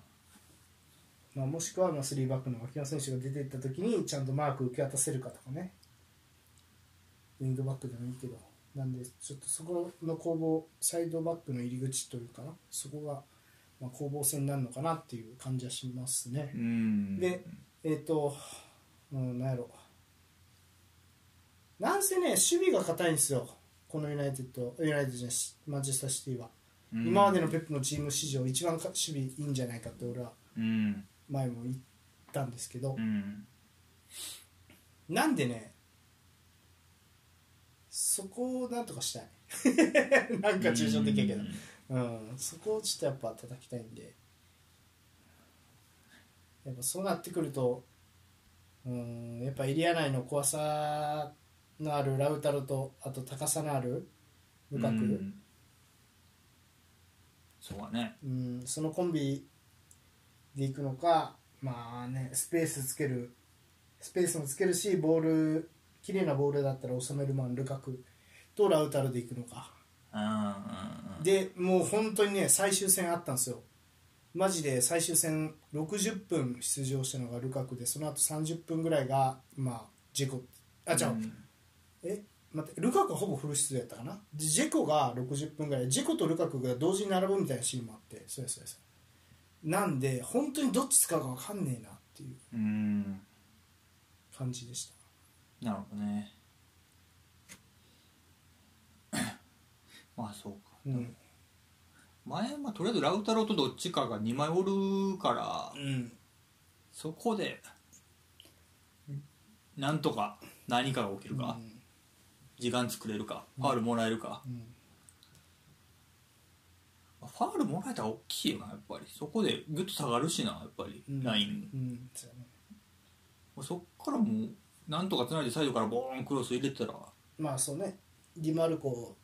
まあ、もしくはまあ3バックの脇野選手が出ていった時にちゃんとマーク受け渡せるかとかねウィングバックでもいいけどなんでちょっとそこの攻防サイドバックの入り口というかなそこがまあ攻防戦になるのかなっていう感じはしますね、
ーうん
でえっ、と、うん、なんやろ。なんせね、守備が硬いんですよ。このユナイテッド、ユナイテッドじゃないしマンチェスターシティは。
うん
今までのペップのチーム史上、一番か守備いいんじゃないかって俺は
うん
前も言ったんですけど
う、ん
なんでね、そこをなんとかしたい。 なんか抽象的やけど
う。ん
うん、そこをちょっとやっぱ叩きたいんでやっぱそうなってくるとうんやっぱエリア内の怖さのあるラウタロとあと高さのあるルカク、うん
そうだね
そのコンビでいくのかまあねスペースつけるスペースもつけるしボール綺麗なボールだったら収めるマンルカクとラウタロでいくのか
うん
でもう本当にね最終戦あったんですよマジで最終戦60分出場したのがルカクでその後30分ぐらいがまあジェコあ違う、
うん
え待ってルカクはほぼフル出場やったかなでジェコが60分ぐらいジェコとルカクが同時に並ぶみたいなシーンもあってそうやそうやそうやなんで本当にどっち使うか分かんねえなっていう
うん
感じでした
なるほどね まあそうか、
うん、
前、まあ、とりあえずラウタロとどっちかが2枚おるから
うん、
そこでなんとか何かが起きるか、時間作れるかファールもらえるか、
うん
ファールもらえたら大きいよなやっぱりそこでグッと下がるしなやっぱり、
うん
ライン
うんそうやね
もうそっからもうなんとかつないでサイドからボーンクロス入れたら
まあそうねディマルコ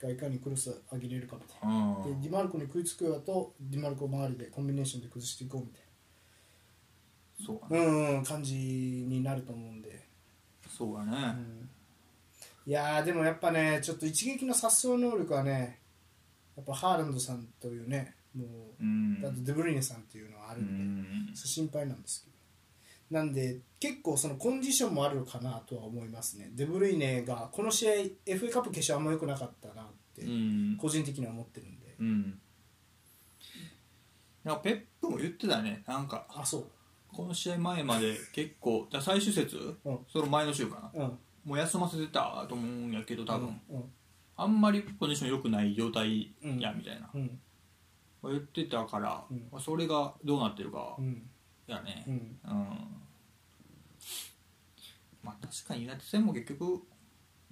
がいかにクロス上げれるかみたいな
うん
でディマルコに食いつくようだとディマルコ周りでコンビネーションで崩していこうみたい
そうだね、
なうん、うん、感じになると思うんで、
そうだね、
うんいやーでもやっぱねちょっと一撃の殺傷能力はねやっぱハーランドさんというねも
う
う、
ん
あとデブルイネさんっていうのはあ
う
るんで、
ん
そう心配なんですけどなんで結構そのコンディションもあるのかなとは思いますねデブルイネがこの試合 FA カップ決勝あんま良くなかったなって
うん
個人的には思ってるんで、
うんなんかペップも言ってたねなんか
あそ
この試合前まで結構じゃあ最終節、
うん
その前の週かな
ううん
もう休ませてたと思うんやけど多分、
うん
あんまりポジション良くない状態や
うん
みたいな、
うん
言ってたから、
うん
まあそれがどうなってるか
うん
やね
う、ん
うんまあ確かにユナイテッド戦も結局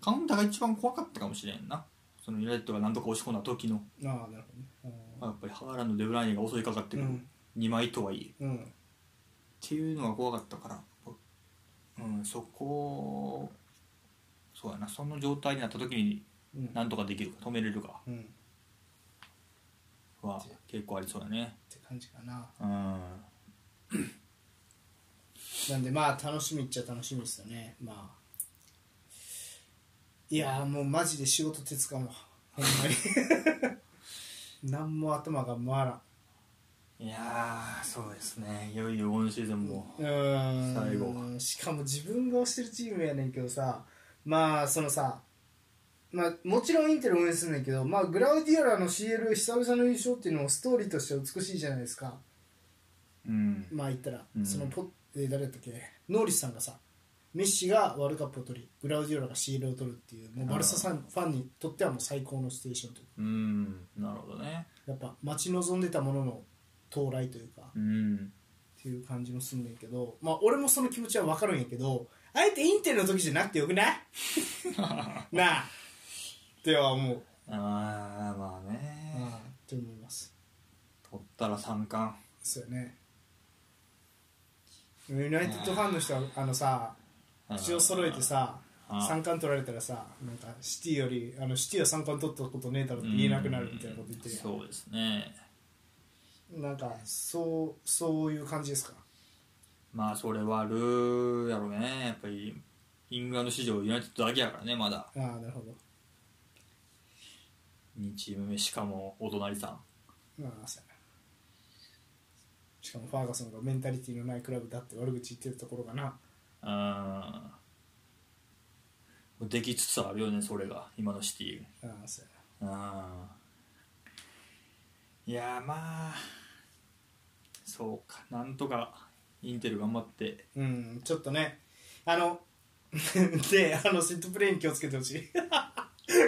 カウンターが一番怖かったかもしれんなそのユナイテッドが何とか押し込んだ時の、
ああなるほどね
まあやっぱりハーランド・デブライネが襲いかかってくる、
うん
2枚とはいえっ
うんうん
ていうのが怖かったからうんそこそうやなその状態になった時に
うん
何とかできるか止めれるか
うんっ
は結構ありそうだね
て感じかな
うん
なんでまあ楽しみっちゃ楽しみですよねまあいやーもうマジで仕事手つかんわほんま になんも頭が回ら
いやーそうですねいよいよ今シーズンも
んうーん
最後
しかも自分が推してるチームやねんけどさまあそのさまあ、もちろんインテル応援するんだけど、まあ、グラウディアラの CL 久々の優勝っていうのもストーリーとして美しいじゃないですか
うん
まあ言ったら、
うん
そのポえー誰だったっけノーリスさんがさメッシがワールドカップを取りグラウディオラが CL を取るっていうもうバルサさんファンにとってはもう最高のステーションという
うんなるほどね
やっぱ待ち望んでたものの到来というか、
うん
っていう感じもすんねんけどまあ俺もその気持ちは分かるんやけどあえてインテルの時じゃなくてよくないなあっては思う、
ああまあね
うん、って思います
取ったら三冠
そうよねユナイテッドファンの人はあのさ口を揃えてさ
うん
三冠取られたらさなんかシティよりあのシティは三冠取ったことねえだろって言えなくなるみたいなこと言ってるやん
そうですね
なんかそうそういう感じですか
まあそれはあるやろうねやっぱりイングランド史上ユナイテッドだけやからねまだ
ああなるほど
2チーム目しかもお隣さん
まあそうやなしかもファーガソンがメンタリティのないクラブだって悪口言ってるところかな
うんできつつあるよねそれが今のシティ
ああそう
うんいやーまあそうかなんとかインテル頑張って
やなうんちょっとねあの であのセットプレーに気をつけてほしい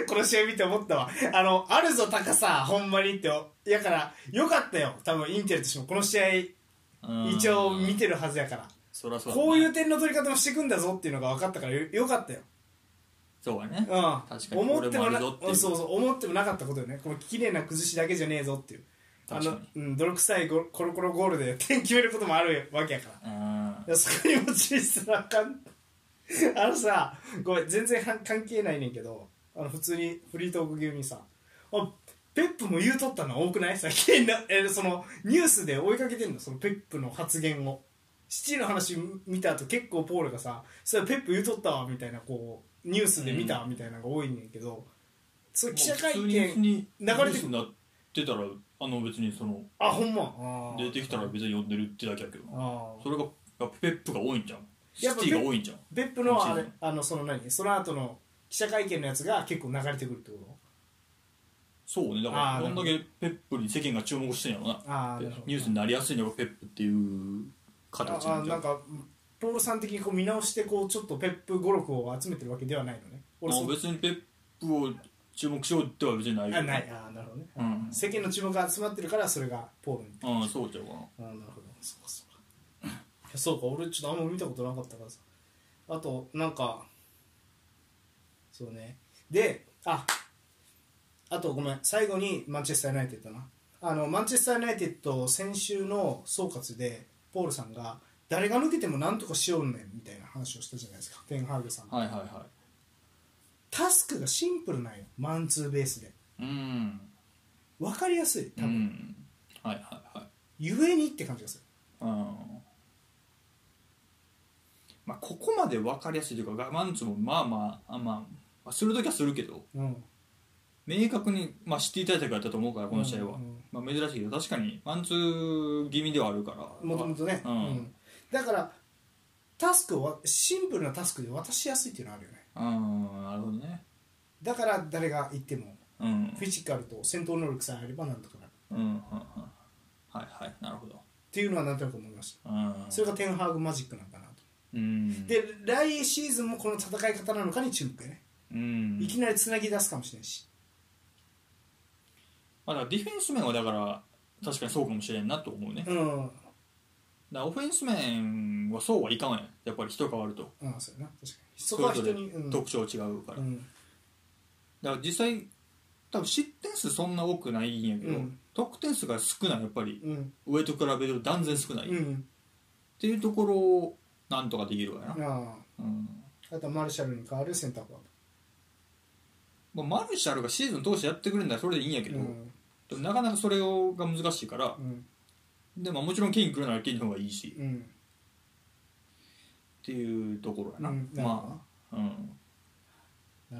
この試合見て思ったわあのあるぞ高さほんまにってやからよかったよ多分インテルとしてもこの試合
うん
一応見てるはずやから
そらそうだね
こういう点の取り方もしてくんだぞっていうのが分かったからよよかったよ
そうだね
うん
確かに
思っても
俺もある
な
ぞっていう
そうそう思ってもなかったことよねこの綺麗な崩しだけじゃねえぞっていうあ
確か
の、うん、泥臭いゴコロコロゴールで点決めることもあるわけやからい
うん
やそこにも注意すなあかんあのさごめん全然は関係ないねんけどあの普通にフリートーク気味にさあペップも言うとったの多くないさっきなえそのニュースで追いかけてんのそのペップの発言をシティの話見た後結構ポールがさ「それペップ言うとったわ」みたいなこうニュースで見たわみたいなのが多いねんけど、それ記者会
もう普
見
通に
流れてくる
ニュースになってたらあの別にその
あほんまあー
出てきたら別に呼んでるってだけだけどな
あー
それがやっぱペップが多いんじゃんシティが多いんじゃん
別府のあ
今シー
れ
ズン
あのその何その後の記者会見のやつが結構流れてくるってこ
そうねだか
あー
らどんだけペップに世間が注目してんやろな
とああなるほど
ニュースになりやすいのがペップっていう形
あ
な
あ
んじゃ
なん
ん
かポールさん的にこう見直してこうちょっとペップ語録を集めてるわけではないのね俺
ま
そ
あ別にペップを注目しようっては別にないよ
あないああなるほどね、
うん
世間の注目が集まってるからそれがポールに
うんそうちゃうかな
ああなるほどそうかそうかいやそうか俺ちょっとあんま見たことなかったからさあとなんかそうねでああとごめん最後にマンチェスター・ユナイテッドなあのマンチェスター・ユナイテッド先週の総括でポールさんが誰が抜けてもなんとかしようねんみたいな話をしたじゃないですかテンハーグさん、
はいはいは
タスクがシンプルなんよマンツーベースで
いうん
分かりやすいう多分、
んはいはいはい
ゆえにって感じがする
うんまあここまで分かりやすいというかガマンツもまあまああまあまあするときはするけど
うん
明確に、まあ、シティ大会やったと思うからこの試合は、
うん
まあ、珍しいけど確かにマンツー気味ではあるから
もともとね、
うん
だからタスクをわシンプルなタスクで渡しやすいっていうのはあるよね
うんなるほどね
だから誰が行っても
うんうん
フィジカルと戦闘能力さえあればなんとかなる
うんうんはいはいなるほど
っていうのはなんとなく思いました
うん
それがテンハーグマジックなんかなと
うん
で来シーズンもこの戦い方なのかに注目やね、
うん
いきなりつなぎ出すかもしれないし
まあ、だからディフェンス面はだから確かにそうかもしれんなと思うねだか
うんうん
らオフェンス面はそうはいかんやんやっぱり人変わると
そうやな確かにそこは人
れぞ
にうん
れ特徴違うから、
うん
だから実際多分失点数そんな多くないんやけど、
うん
得点数が少ないやっぱり
うん
上と比べると断然少ない、
う
っ
ん
ていうところをなんとかできるかな、
あ
うん
ああとはマルシャルに代わるセンターフォワー
まあ、マルシャルがシーズン通してやってくれるならそれでいいんやけ
ド
ど、
うん
でもなかなかそれをが難しいから
うん
で、まあ、もちろんケイン来るならケインの方がいいし
うん
っていうところやな、
うんなるほどな
まあうん
なるほ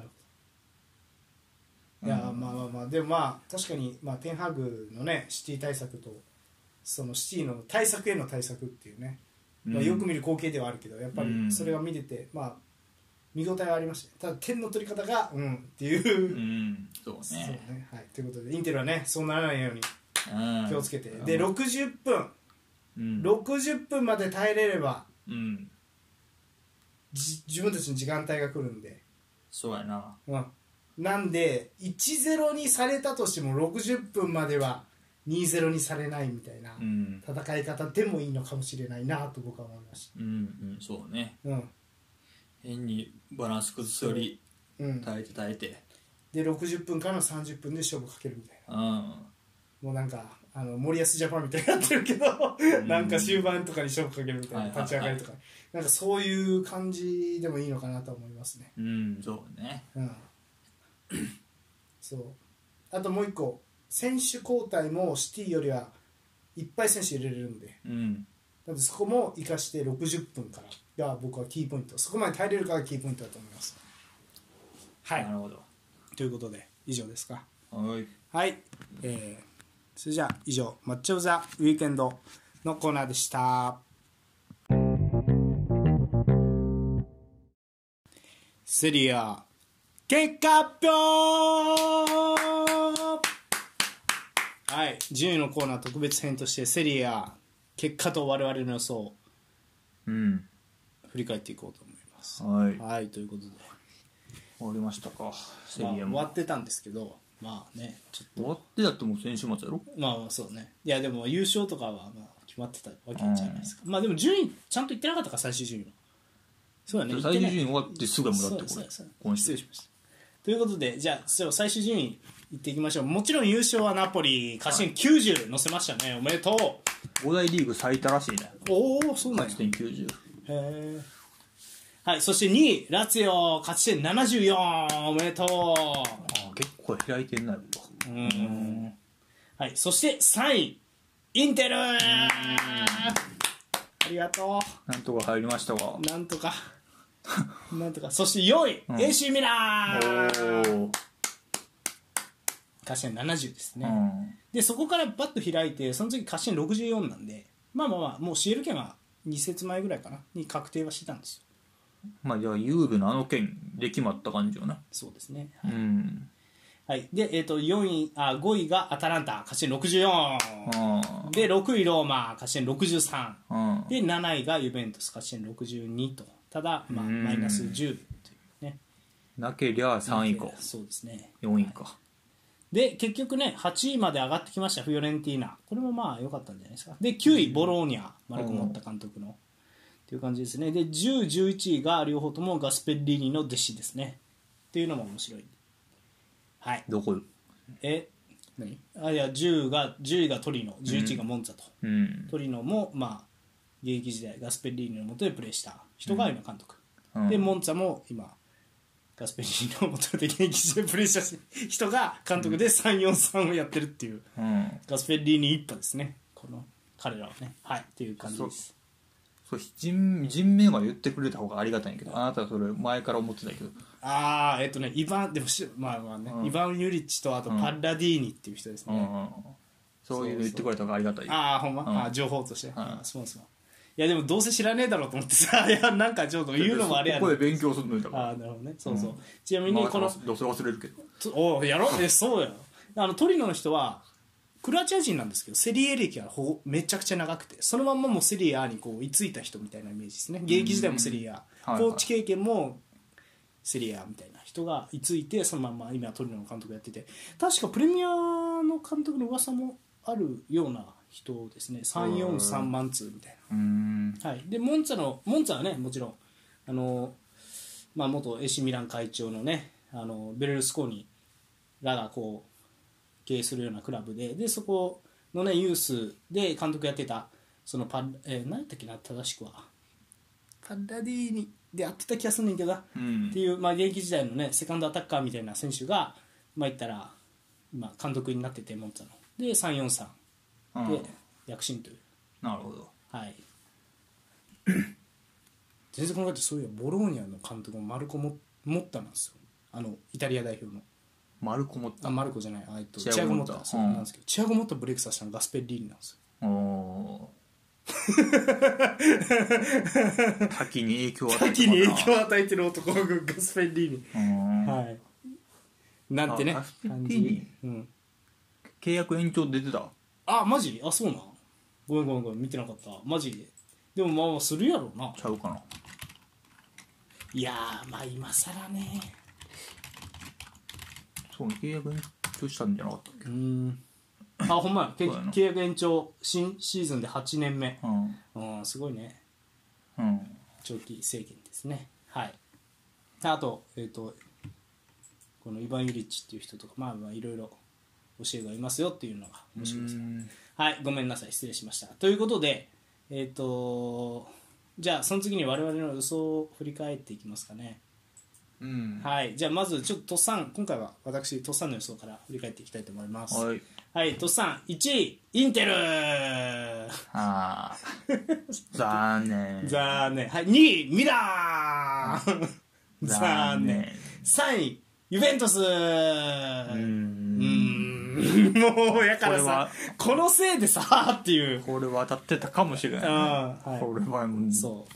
どいやー、
うん
まあまあまあでもまあ確かに、まあ、テンハグのねシティ対策とそのシティの対策への対策っていうね、まあ、よく見る光景ではあるけどやっぱ
う
り
ん
それが見てて、まあ見応えはありましたねただ点の取り方がうんっていう、
うんそう
そう
ね
ねはいということでインテルはねそうならないように
うん
気をつけて、で
うん
60分
うん
60分まで耐えれれば
うん
じ自分たちの時間帯が来るんで
そうやな
うん、なんで1-0にされたとしても60分までは2-0にされないみたいな
うん
戦い方でもいいのかもしれないなと僕は思いまし
うんうんそうね
た、うん
変にバランス崩すより
うん、
耐えて耐えて
で60分からの30分で勝負かけるみたいな
うん
もうなんかあの森保ジャパンみたいになってるけど
ん
なんか終盤とかに勝負かけるみたいな立ち上がりとかなんかそういう感じでもいいのかなと思いますね
うんそうね
うんそうあともう一個選手交代もシティよりはいっぱい選手入れれるんで
うん
なのでそこも生かして60分からが僕はキーポイントそこまで耐えれるかがキーポイントだと思いますは
なるほど
ということで以上ですか
はい
はいえー、それじゃあ以上「マッチョ・ザ・ウィーケンド」のコーナーでしたセリア結果発表はい10位のコーナー特別編としてセリア結果と我々の予想を
うん
振り返っていこうと思います
はい終
はいということで、
わりましたかセ
まあ、
リエ
終
も
わってたんですけどまあねちょっ
終わってだってもう先週末やろ
とまあまあそうねいやでも優勝とかはまあ決まってたわけじゃないですか、まあでも順位ちゃんといってなかったか最終順位はそうだね
最終順位
位
終わってすぐやもんだっ
そう
てこ
そう
れ
そう
今
失
週
礼しましたということでじゃあそう最終順位いっていきましょうもちろん優勝はナポリ勝ち点90乗せましたねおめでと
五大リーグ最多らしいね
うおおそうなんや
勝ち点90
へーはいそして2位ラツィオ勝ち点74おめでとう
ああ結構開いてんなよ
うんはい、そして3位、インテルありがと
なんとか入りましたが
う。なんとか。 なんとか。そして4位、AC ミラー
おお
勝ち点70です
う
ね、
ん
で、そこからバッと開いて、その次勝ち点64なんで、まあまあまあ、もう CL 権は2節前ぐらいかなに確定はしてたんですよ
まあじゃあユールのあの件で決まった感じよね
そうですね
うん
はいで、えー、と4位あ5位がアタランタ勝ち点64
あ
で6位ローマ勝ち点63
あうん
で7位がユベントス勝ち点62とただ、まあ、
うん
マイナス10というね
なけりゃ3位か
そうですね
4位か
で結局ね8位まで上がってきましたフィオレンティーナこれもまあ良かったんじゃないですかで9位ボローニャマルコ・モッタ監督のっていう感じですねで10、11位が両方ともガスペッリーニの弟子ですねっていうのも面白いはい
どこよ
え何あいや10が10位がトリノ11位がモンツァと、
うん
トリノもまあ現役時代ガスペッリーニのもとでプレーした人が今監督、
うん
でモンツァも今ガスペリーの元で現役時代プレッシャーした人が監督で343をやってるっていう、
うん
ガスペリーニ一派ですねこの彼らはねはいっていう感じです
そう人人名は言ってくれた方がありがたいんやけどあなたはそれ前から思ってたけど
ああえっとねイヴァンでもしまあまあね、
うん
イヴァン・ユリッチとあとパッラディーニっていう人です
うんうん
ね、
うんそういうの言ってくれた方がありがたい
ああほんま、
うん
あー情報として、
ん
あーそうそういやでもどうせ知らねえだろうと思ってさ いやなんかちょっと言うのもあれや
ここ
ね
で勉強するのにだから
ああなるほどねそうそう、
うん
ちなみ
ま
に
あ
この
どうせ忘れるけど
とおうやろ えそうやあのトリノの人はクロアチア人なんですけどセリエ歴はほぼめちゃくちゃ長くてそのまんまもうセリエ A にこう居ついた人みたいなイメージですね現役時代もセリエ A
はい
コーチ経験もセリエ A みたいな人が居ついてそのまんま今トリノの監督やってて確かプレミアの監督の噂もあるような人ですね343万通みたいな
うん
はい、でモンツァのモンツァはねもちろんあの、まあ、元 AC ミラン会長のねあのベルルスコーニらがこう経営するようなクラブででそこのねユースで監督やってたそのパッ、えー、何やったっけな正しくはパッラディーニでやってた気がすんねんけどな
うん
っていう、まあ、現役時代のねセカンドアタッカーみたいな選手が、まあ、言ったら今監督になっててモンツァので343
うん
で躍進という。
なるほど
はい。 全然考えてそういえばボローニャの監督もマルコモモッタなんですよ。あのイタリア代表の
丸こもった
あマルコじゃないあえっと
チ
チ
ア
ア
ゴ
ゴモ
モッ
ッ
タ
タそうなんですけど、チアゴモッタブレイクさせたのガスペッリーニなんですよ。
お ー多岐に影響を与えた
滝に影響を与えてる男がガスペッリーニ。
うん
はい。なんてね
あガスペッ
感
リーニ
じ。うん。
契約延長出てた
あマジあそうなん。ごめんごめんごめん見てなかった。マジでもまあするやろうな。
ちゃうかない
やーまあ今更ね。
そうね契約延長したんじゃなかったっ
う
け
んあほんまやけ
そうやな
契約延長新シーズンで8年目
うん
うんすごいね
うん
長期政権ですねはいあとえっ、とこのイヴァン・ユリッチっていう人とかまあまあいろいろ教えがいますよっていうのが面白いですねはいごめんなさい失礼しましたということでえっ、とじゃあその次に我々の予想を振り返っていきますかね
うんは
はいじゃあまずちょっととっさん今回は私とっさんの予想から振り返っていきたいと思います
い
はい、とっさん、1位、インテルー
あー残念
残念。はい、2位、ミラ ー残念。3位、ユベントス
う
うんん もう、やからさ、このせいでさ、っていう。
これは当たってたかもしれ
うん、
ないこ
は
れはもう
い。そう。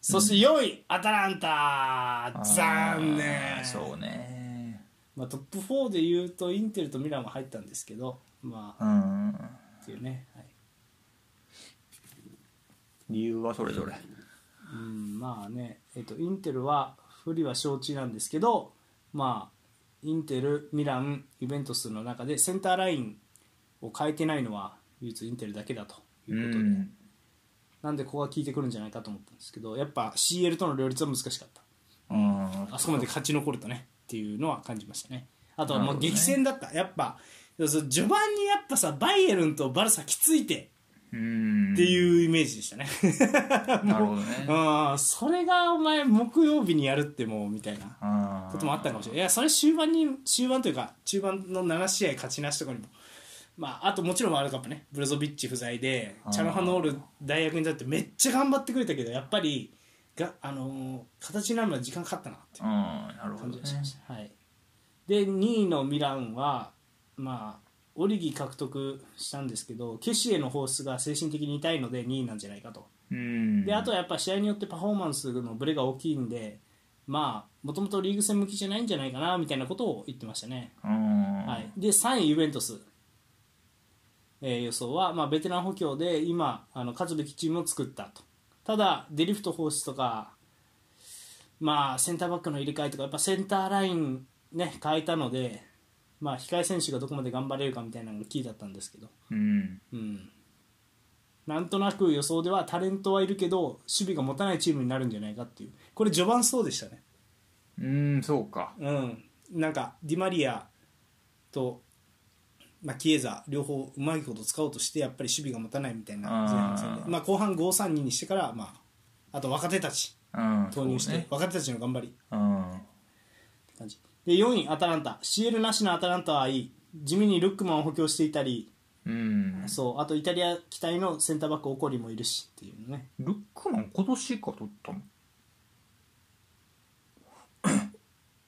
そして4位、アタランタ
あー
残念。
そうね
まあ、トップ4で言うと、インテルとミラーも入ったんですけど、まあ、
うん
っていうね。はい
理由はそれぞれ
うん、まあね、えっと、インテルは不利は承知なんですけど、まあ、インテル、ミラン、ユベントスの中でセンターラインを変えてないのは唯一インテルだけだということで、
うん
なんでここが効いてくるんじゃないかと思ったんですけどやっぱ CL との両立は難しかった
うん
あそこまで勝ち残るとねっていうのは感じましたねあとはもう
なるほどね
激戦だった、やっぱ序盤にやっぱさバイエルンとバルサきついて
うん
っていうイメージでしたね、
なるほどね
うん、それがお前木曜日にやるってもうみたいな
あー
こと もあったかもしれないいやそれ終盤に終盤というか中盤の7試合勝ちなしとかにもまああともちろんワールドカップねブルゾビッチ不在で
あー
チャルハノール大学に立ってめっちゃ頑張ってくれたけどやっぱりが、あのー形になるまで時間かかったなっていう
うんなるほ
感じ
どね
がしました、はい、で2位のミランはまあオリギ獲得したんですけどケシエの放出が精神的に痛いので2位なんじゃないかと
うん
であとはやっぱ試合によってパフォーマンスのブレが大きいんでまあもともとリーグ戦向きじゃないんじゃないかなみたいなことを言ってましたね、
うん
はい、で3位ユベントス、えー予想は、まあ、ベテラン補強で今あの勝つべきチームを作ったとただデリフト放出とか、まあ、センターバックの入れ替えとかやっぱセンターライン、ね、変えたので、まあ、控え選手がどこまで頑張れるかみたいなのがキーだったんですけど
うん
うん、なんとなく予想ではタレントはいるけど守備が持たないチームになるんじゃないかっていうこれ序盤そうでしたね
うんそうか
うんなんかディマリアと、まあ、キエザ両方うまいこと使おうとしてやっぱり守備が持たないみたいな前半戦で
あー
まあ、後半532にしてから、まあ、あと若手たち
うん
投入して、
そうね
若手たちの頑張りって
うん
感じで4位アタランタ CL なしのアタランタはいい地味にルックマンを補強していたり
うん
そうあとイタリア期待のセンターバックオコリもいるしっていうね
ルックマン今年か取ったの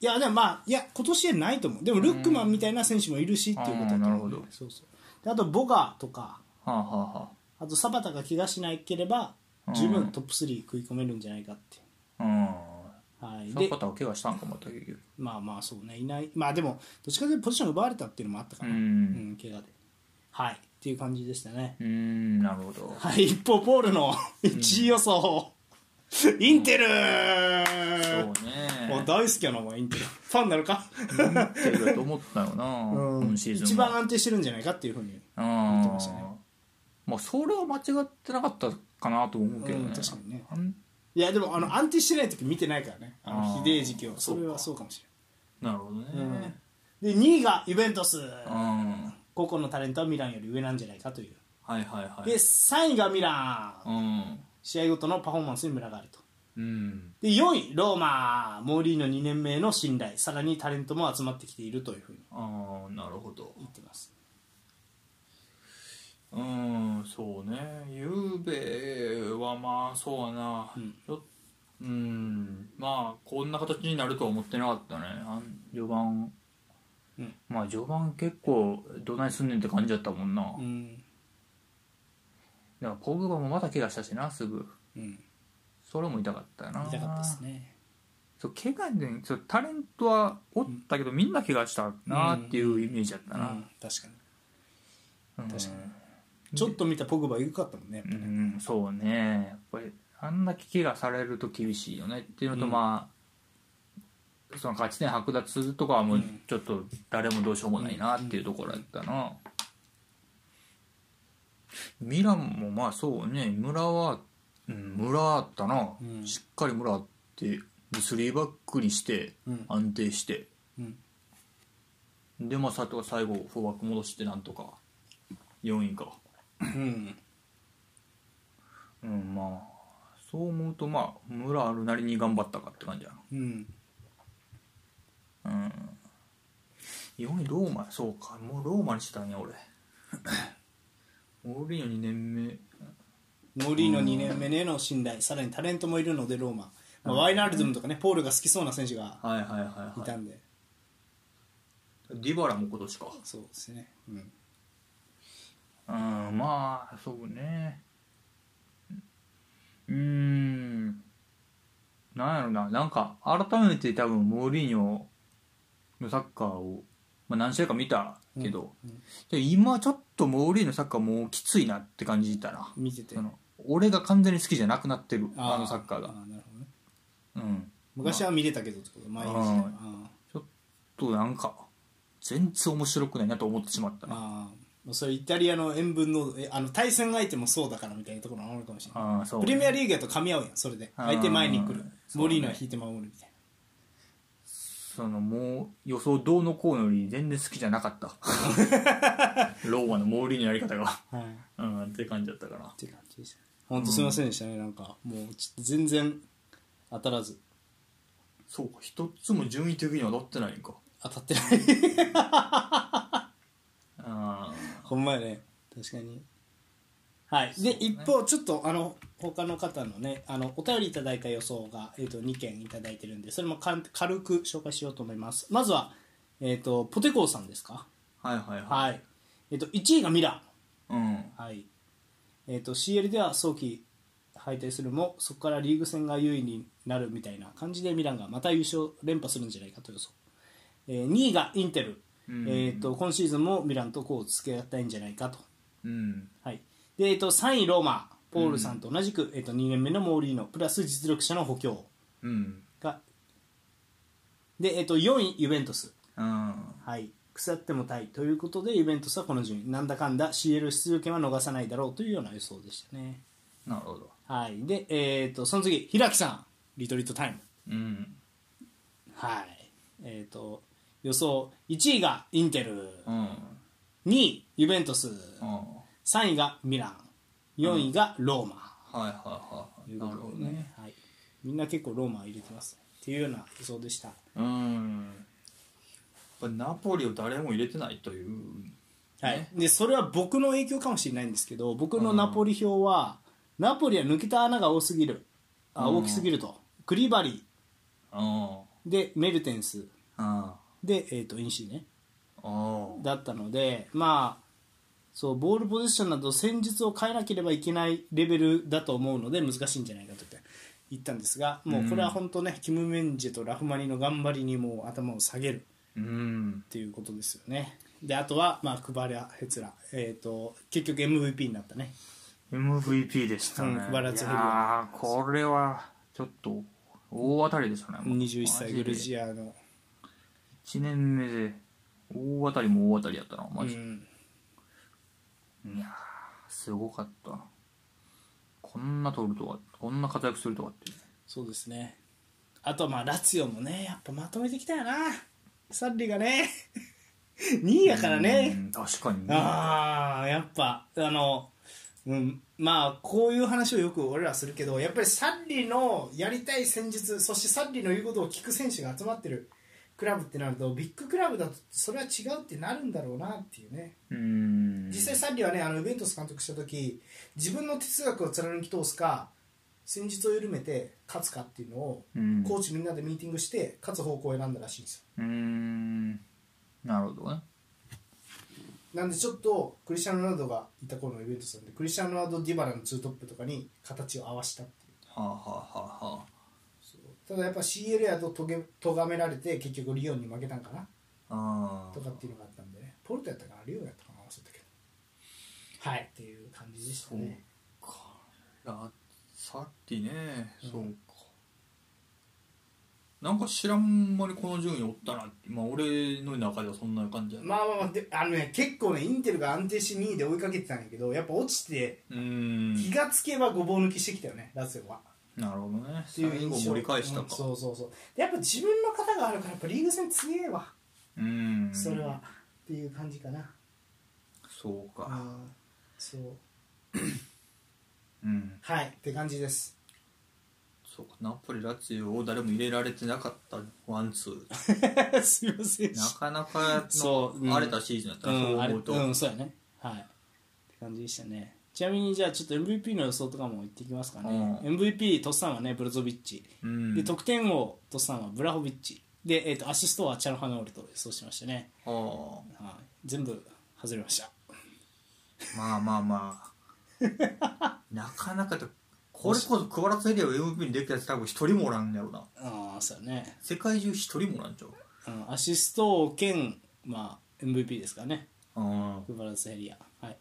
いやでもまあいや今年はないと思うでもルックマンみたいな選手もいるしっていうことだと思う
あーなるほど
そうそうであとボガーとか
はあはあは
あとサバタが怪我しなければ十分トップ3食い込めるんじゃないかっていう
あ
はい、
うん
で
坂田は怪我したんかまた結局
まあまあそうねいないまあでもどっちかというとポジション奪われたっていうのもあったか
う
な、
ん
うん怪我ではいっていう感じでしたね、
うんなるほど
はい一方ポールの1位予想、インテル、
そう
もう
ね
大好きやなお前インテルファンなのか、
ってると思ったよな
うん
今シーズンは
一番安定してるんじゃないかっていうふうに
うん
ってましたね
まあそれは間違ってなかったかなと思うけどね、
うん確かにね
あん
いやでもあの安定してない時見てないからねあ
あ
の
ー
ひでえ時期をそ
そ
う
か
れはそうかもし
なるほどね
れない、で2位がユベントス
うん、
高校のタレントはミランより上なんじゃないかという
はいはいはい
で3位がミラン
うん
試合ごとのパフォーマンスにムラがあると
うん
で4位ローマモーリーの2年目の信頼さらにタレントも集まってきているというふうに
ああなるほど
言ってます
うんそうねゆうべはまあそうやな、
うん
ちょうんまあこんな形になるとは思ってなかったねあん序盤、
うん
まあ序盤結構どないすんねんって感じだったもんな、だ
う
か
ん
らポグバもまた怪我したしなすぐ
うん
それも痛かったな
痛かったですね
そう怪我でそうタレントはおったけど、みんな怪我したなっていうイメージだった
うん
な、
確かに
うん
確かちょっと見たポグバよかったもんねやっぱ
う
ね
んそうねやっぱりあんだけ怪我されると厳しいよねっていうのと、
うん
まあその勝ち点剥奪するとかはもううんちょっと誰もどうしようもないなっていうところだったな、ミランもまあそうね村は、うん、村あったな、
うん
しっかり村あって3バックにして
うん
安定して、
うん
でまあ佐藤が最後フォーバック戻してなんとか4位か
うん
うんまあそう思うとまあ村あるなりに頑張ったかって感じや
うん
なうん4位ローマそうかもうローマにしてたんや 俺モーリーの2年目
モーリーノ2年目での信頼、さらにタレントもいるのでローマ、まあ、ワイナルドゥムとかね、ポールが好きそうな選手が
はいはいはい
い
はい
たんで、
ディバラも今年か
そうですね、うん、
うんまあそうねうーんなんやろななんか改めて多分モーリーニョのサッカーを、まあ、何試合か見たけど、で今ちょっとモーリーニョのサッカーもうきついなって感じたな
見てて
そ、の俺が完全に好きじゃなくなってるあ
ー
のサッカーが
あなるほどね、
うん
昔は見れたけどってこと、毎日ね、あ
となんか全然面白くないなと思ってしまった
ー
な
あー、それイタリアの塩分濃度、えあの対戦相手もそうだからみたいなところもあるかもしれない、
ああそう
プレミアリーグやと噛み合うやん、それで、相手前に来る
あ、ー
モーリーノは引いて守るみたい
そのもう予想どうのこうのより全然好きじゃなか ったローマのモーリーのやり方が
な。はい
うんって感じだったかな
って感じでした本当すみませんでしたね、なんかもうちょっと全然当たらず
そうか一つも順位的には当たってないんか
当たってない
あ
ほんまやね確かにはいで、
そうね
一方ちょっとあの他の方のねあのお便りいただいた予想が、えー、と2件いただいてるんでそれもかん軽く紹介しようと思いますまずは、えー、とポテコーさんですか
あはいはいはい
はい、えー、と1位がミラ
うん
ー、はいえー、と CL では早期敗退するもそこからリーグ戦が優位になるみたいな感じでミランがまた優勝連覇するんじゃないかと予想、えー2位がインテル、
うん
えー、と今シーズンもミランとこう付き合ったいんじゃないかと,、
うん
はいでえー、と3位ローマポールさんと同じく、えー、と2年目のモーリーノプラス実力者の補強
うん
がで、えー、と4位ユベントス、
うん
はい、腐ってもタイということでユベントスはこの順位なんだかんだ CL 出場権は逃さないだろうというような予想でしたね
なるほど
はいでえっ、とその次平木さんリトリートタイム
うん
はいえっ、と予想1位がインテル
うん
2位ユベントス
うん
3位がミラン4位がローマ、
はいはいはい
という
な
こ
る
と
ほど
でね
ね
はい、みんな結構ローマを入れてますっていうような予想でした
うんやっぱナポリを誰も入れてないという
はい、でそれは僕の影響かもしれないんですけど僕のナポリ表は、ナポリは抜けた穴が多すぎるあ
うん
大きすぎると、クリバリ
あ
でメルテンス
あ
で、えー、とインシーね
ああ
だったのでまあそうボールポゼッションなど戦術を変えなければいけないレベルだと思うので難しいんじゃないかと言って言ったんですがもうこれは本当ね、キム・メンジェとラフマニの頑張りにもう頭を下げる
うん
っていうことですよねであとは、まあ、クバリャ・ヘツラ、えー、と結局 MVP になったね
MVP でしたね、
うんバラツ
い
ヘル
やーこれはちょっと大当たりでしたね
21歳グルジ
ア
アの、
1年目で大当たりも大当たりやったな
う
マジで、
ん、
いやーすごかったなこんな取るとはこんな活躍するとはっていう
そうですねあとはまあラツィオもねやっぱまとめてきたよなサッリがね 2位やから
う
ね
ん確かにね
ああやっぱあの、うん、まあこういう話をよく俺らするけどやっぱりサッリのやりたい戦術そしてサッリの言うことを聞く選手が集まってるクラブってなるとビッグクラブだとそれは違うってなるんだろうなっていうね
うん
実際サッリはねあのユベントス監督した時自分の哲学を貫き通すか戦術を緩めて勝つかっていうのを、
うん
コーチみんなでミーティングして勝つ方向を選んだらしいんですよ
うんなるほどね
なんでちょっとクリスチャン・ロナウドがいた頃のユベントスなんでクリスチャン・ロナウド・ディバラのツートップとかに形を合わせたっていう
はあはあはあはあ
ただやっぱ CL やととげ咎められて結局リオンに負けたんかな
あー
とかっていうのがあったんでねポルトやったかなリオンやったかな忘れたけどはいっていう感じでしたね
あさっきね、
うん
そうかなんか知らん間にこの順位おったなってまあ俺の中ではそんな感じやな
まあまあまあであのね結構ねインテルが安定し2位で追いかけてたんやけどやっぱ落ちて
うーん
気がつけばごぼう抜きしてきたよねラツィオは
なるほどね
って
最
い
後
う印象
盛り返した
うん
か
そうそうそうでやっぱ自分の型があるからやっぱリーグ戦強えわ
うん
それはっていう感じかな
そう
う
か
んそう
うん
はいって感じです
そうかナポリラツィオを誰も入れられてなかったワンツ ー
すいません
なかなか
そう
の
うん
荒れたシーズンやったなそう
あれ
思うと
うんそうやねはいって感じでしたねちなみにじゃあちょっと MVP の予想とかも言っていきますかね、
う
MVP トッサンはねブロゾビッチ
うん
で得点王とさんはブラホビッチで、えー、とアシストはチャルハノールと予想しましたね、
あー
はい、全部外れました
まあまあま あなかなかとこれこそクバラツエリアを MVP にできたやつ多分一人もおらんねやろな
ああそうやね、
世界中一人もおらんちゃう
うん、アシスト王兼、まあ、MVP ですからね
あ
クバラスヘリアはい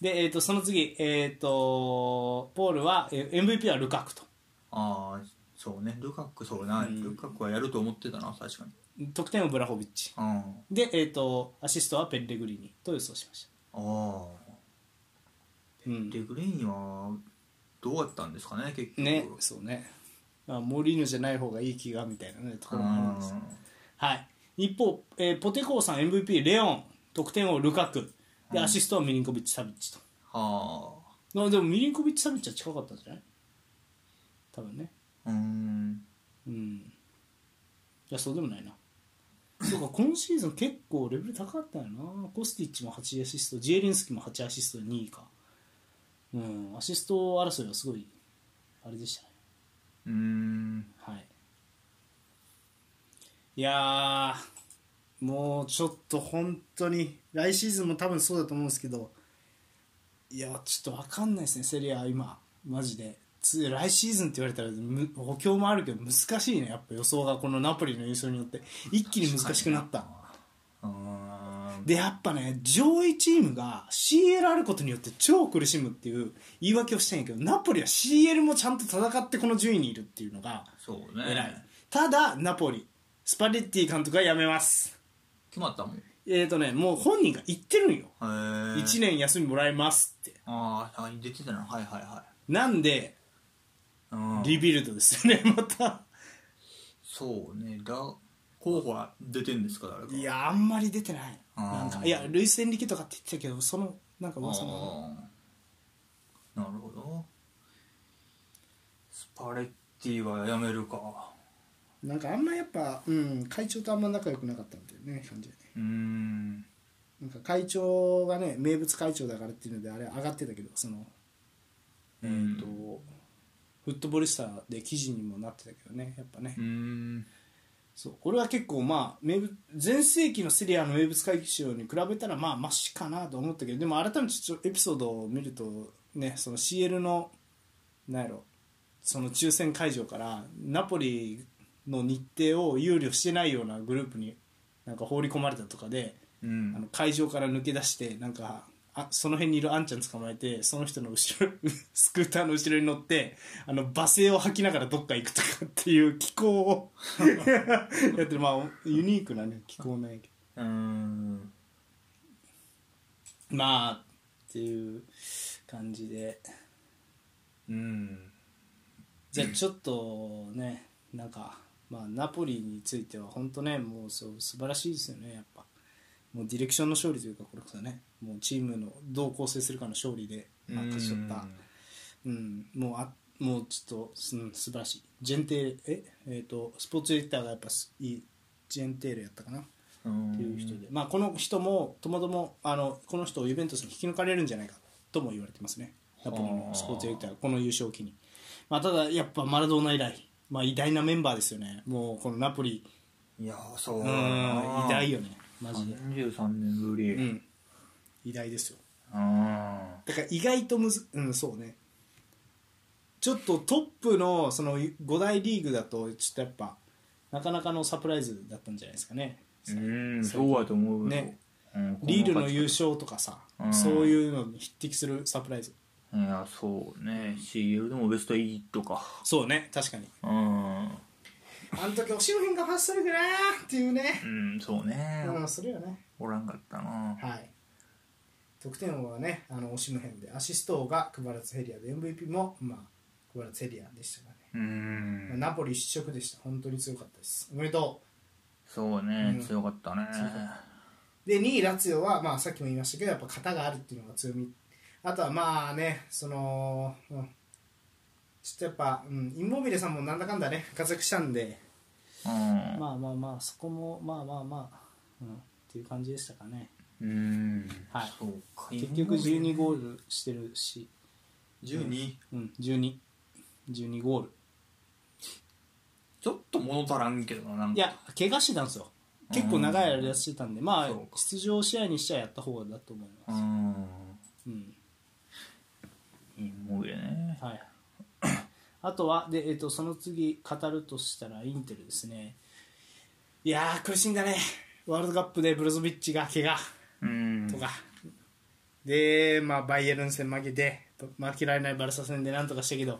で、えー、とその次、えー、とポールは、えー MVP はルカクと
あーそうねルカクそうな、
うん
ルカクはやると思ってたな確かに
得点王ブラホビッチ
うんあ
で、えー、とアシストはペッレグリーニと予想しまし
あ
た、うん、
でグリーンはどうやったんですかね結局
ねそうねまあモリーノじゃない方がいい気がみたいなねところもあるんですけどはい、一方、えーポテコーさん MVP レオン得点王ルカクでアシストはミリンコビッチ・サビッチと、
あは
まあでもミリンコビッチ・サビッチは近かったんじゃない多分ね
あうん
うんいやそうでもないなそうか今シーズン結構レベル高かったよなコスティッチも8アシストジエリンスキも8アシストで2位かうんアシスト争いはすごいあれでしたね
うん
はい、いやーもうちょっと本当に来シーズンも多分そうだと思うんですけどいやちょっと分かんないですねセリア今マジでつ来シーズンって言われたらむ補強もあるけど難しいねやっぱ予想がこのナポリの優勝によって一気に難しくなった
うーん
でやっぱね上位チームが CL あることによって超苦しむっていう言い訳をしてんやけどナポリは CL もちゃんと戦ってこの順位にいるっていうのが
そうね
偉い、ただナポリスパレッティ監督は辞めます
決まったもんへ
えっ、ー、とねもう本人が言ってるんよ
え
1年休みもらえますって
ああ出てたなはいはいは
なんで
い、うん、
リビルドですよね また
そうねだ候補は出てんですか誰か
いやあんまり出てないなん
あ
か
ー
いやルイス・エンリケとかって言ってたけどそのなんか
あ
噂の
ーなるほどスパレッティはやめるか
なんかあんまやっぱうん会長とあんま仲良くなかったんだよね感じで
うーん
なんか会長がね名物会長だからっていうのであれ上がってたけどそのえっ、
うん
と、フットボリスタで記事にもなってたけどねやっぱね、
うーん
そうこれは結構まあ名物全盛期のセリアの名物会長に比べたらまあマシかなと思ったけどでも改めてちょっとエピソードを見るとねその CL のなんやろその抽選会場からナポリの日程を憂慮してないようなグループになんか放り込まれたとかで
う
あの
ん
会場から抜け出してなんかあその辺にいるあんちゃん捕まえてその人の後ろ スクーターの後ろに乗ってあの罵声を吐きながらどっか行くとかっていう気候を やってるまあユニークなね気候なんやけ
うーん
どまあっていう感じで
うん
じゃあちょっとねなんか、まあ、ナポリについては本当ねもうそう素晴らしいですよねやっぱもうディレクションの勝利というかこれこそねもうチームのどう構成するかの勝利で、まあ、勝ち取った。うん、もうあもうちょっと、うん、素晴らしいジェンテールええー、とスポーツディレクターがやっぱすいいジェンテールやったかなっ
うーん
ていう人で、まあ、この人もともともあのこの人をユベントスに引き抜かれるんじゃないかとも言われてますねナポリのスポーツディレクターがこの優勝を機に、まあ、ただやっぱマラドーナ以来、まあ、偉大なメンバーですよねもうこのナポリ
いやーそう
う
だなん
偉大よねマジで、
33年ぶり、
うん、偉大ですよ
あ
だから意外とむずうんそうねちょっとトップのその5大リーグだとちょっとやっぱなかなかのサプライズだったんじゃないですかね、
ーうんそうやと思うよ
ね
うん
リールの優勝とかさ、
うん
そういうのに匹敵するサプライズ
いやそうね CL でもベスト8か
そうね確かに
うん
あの時おしの辺がファーストリーグなーっていうね
うんそうね、
うんそれよね
おらんかったな
はい得点王はねあのおしの辺でアシスト王がクバラツヘリアで MVP もまあクバラツヘリアでしたからね、
うん
ナポリ一色でした本当に強かったですおめでとう
そうね、
うん
強かったね
強かで2位ラツィオは、まあ、さっきも言いましたけどやっぱ型があるっていうのが強みあとはまあねその、うん、ちょっとやっぱ、うん、インモビレさんもなんだかんだね活躍したんで
うん、
まあまあまあそこもまあまあまあ、うん、っていう感じでしたかね
うん
はい
そうか
結局12ゴールしてるし、
12
うん、1212ゴール
ちょっと物足らんけどななんか
いや怪我してたんですよ結構長い間してたんでまあ
そうか
出場試合にしちゃやった方だと思いうます、
ん
うん
インモビレね
はい、 あとはで、えっとその次語るとしたらインテルですねいやー苦しんだねワールドカップでブロゾビッチが怪我
うん
とか、で、まあ、バイエルン戦負けて負けられないバルサ戦でなんとかしたけど、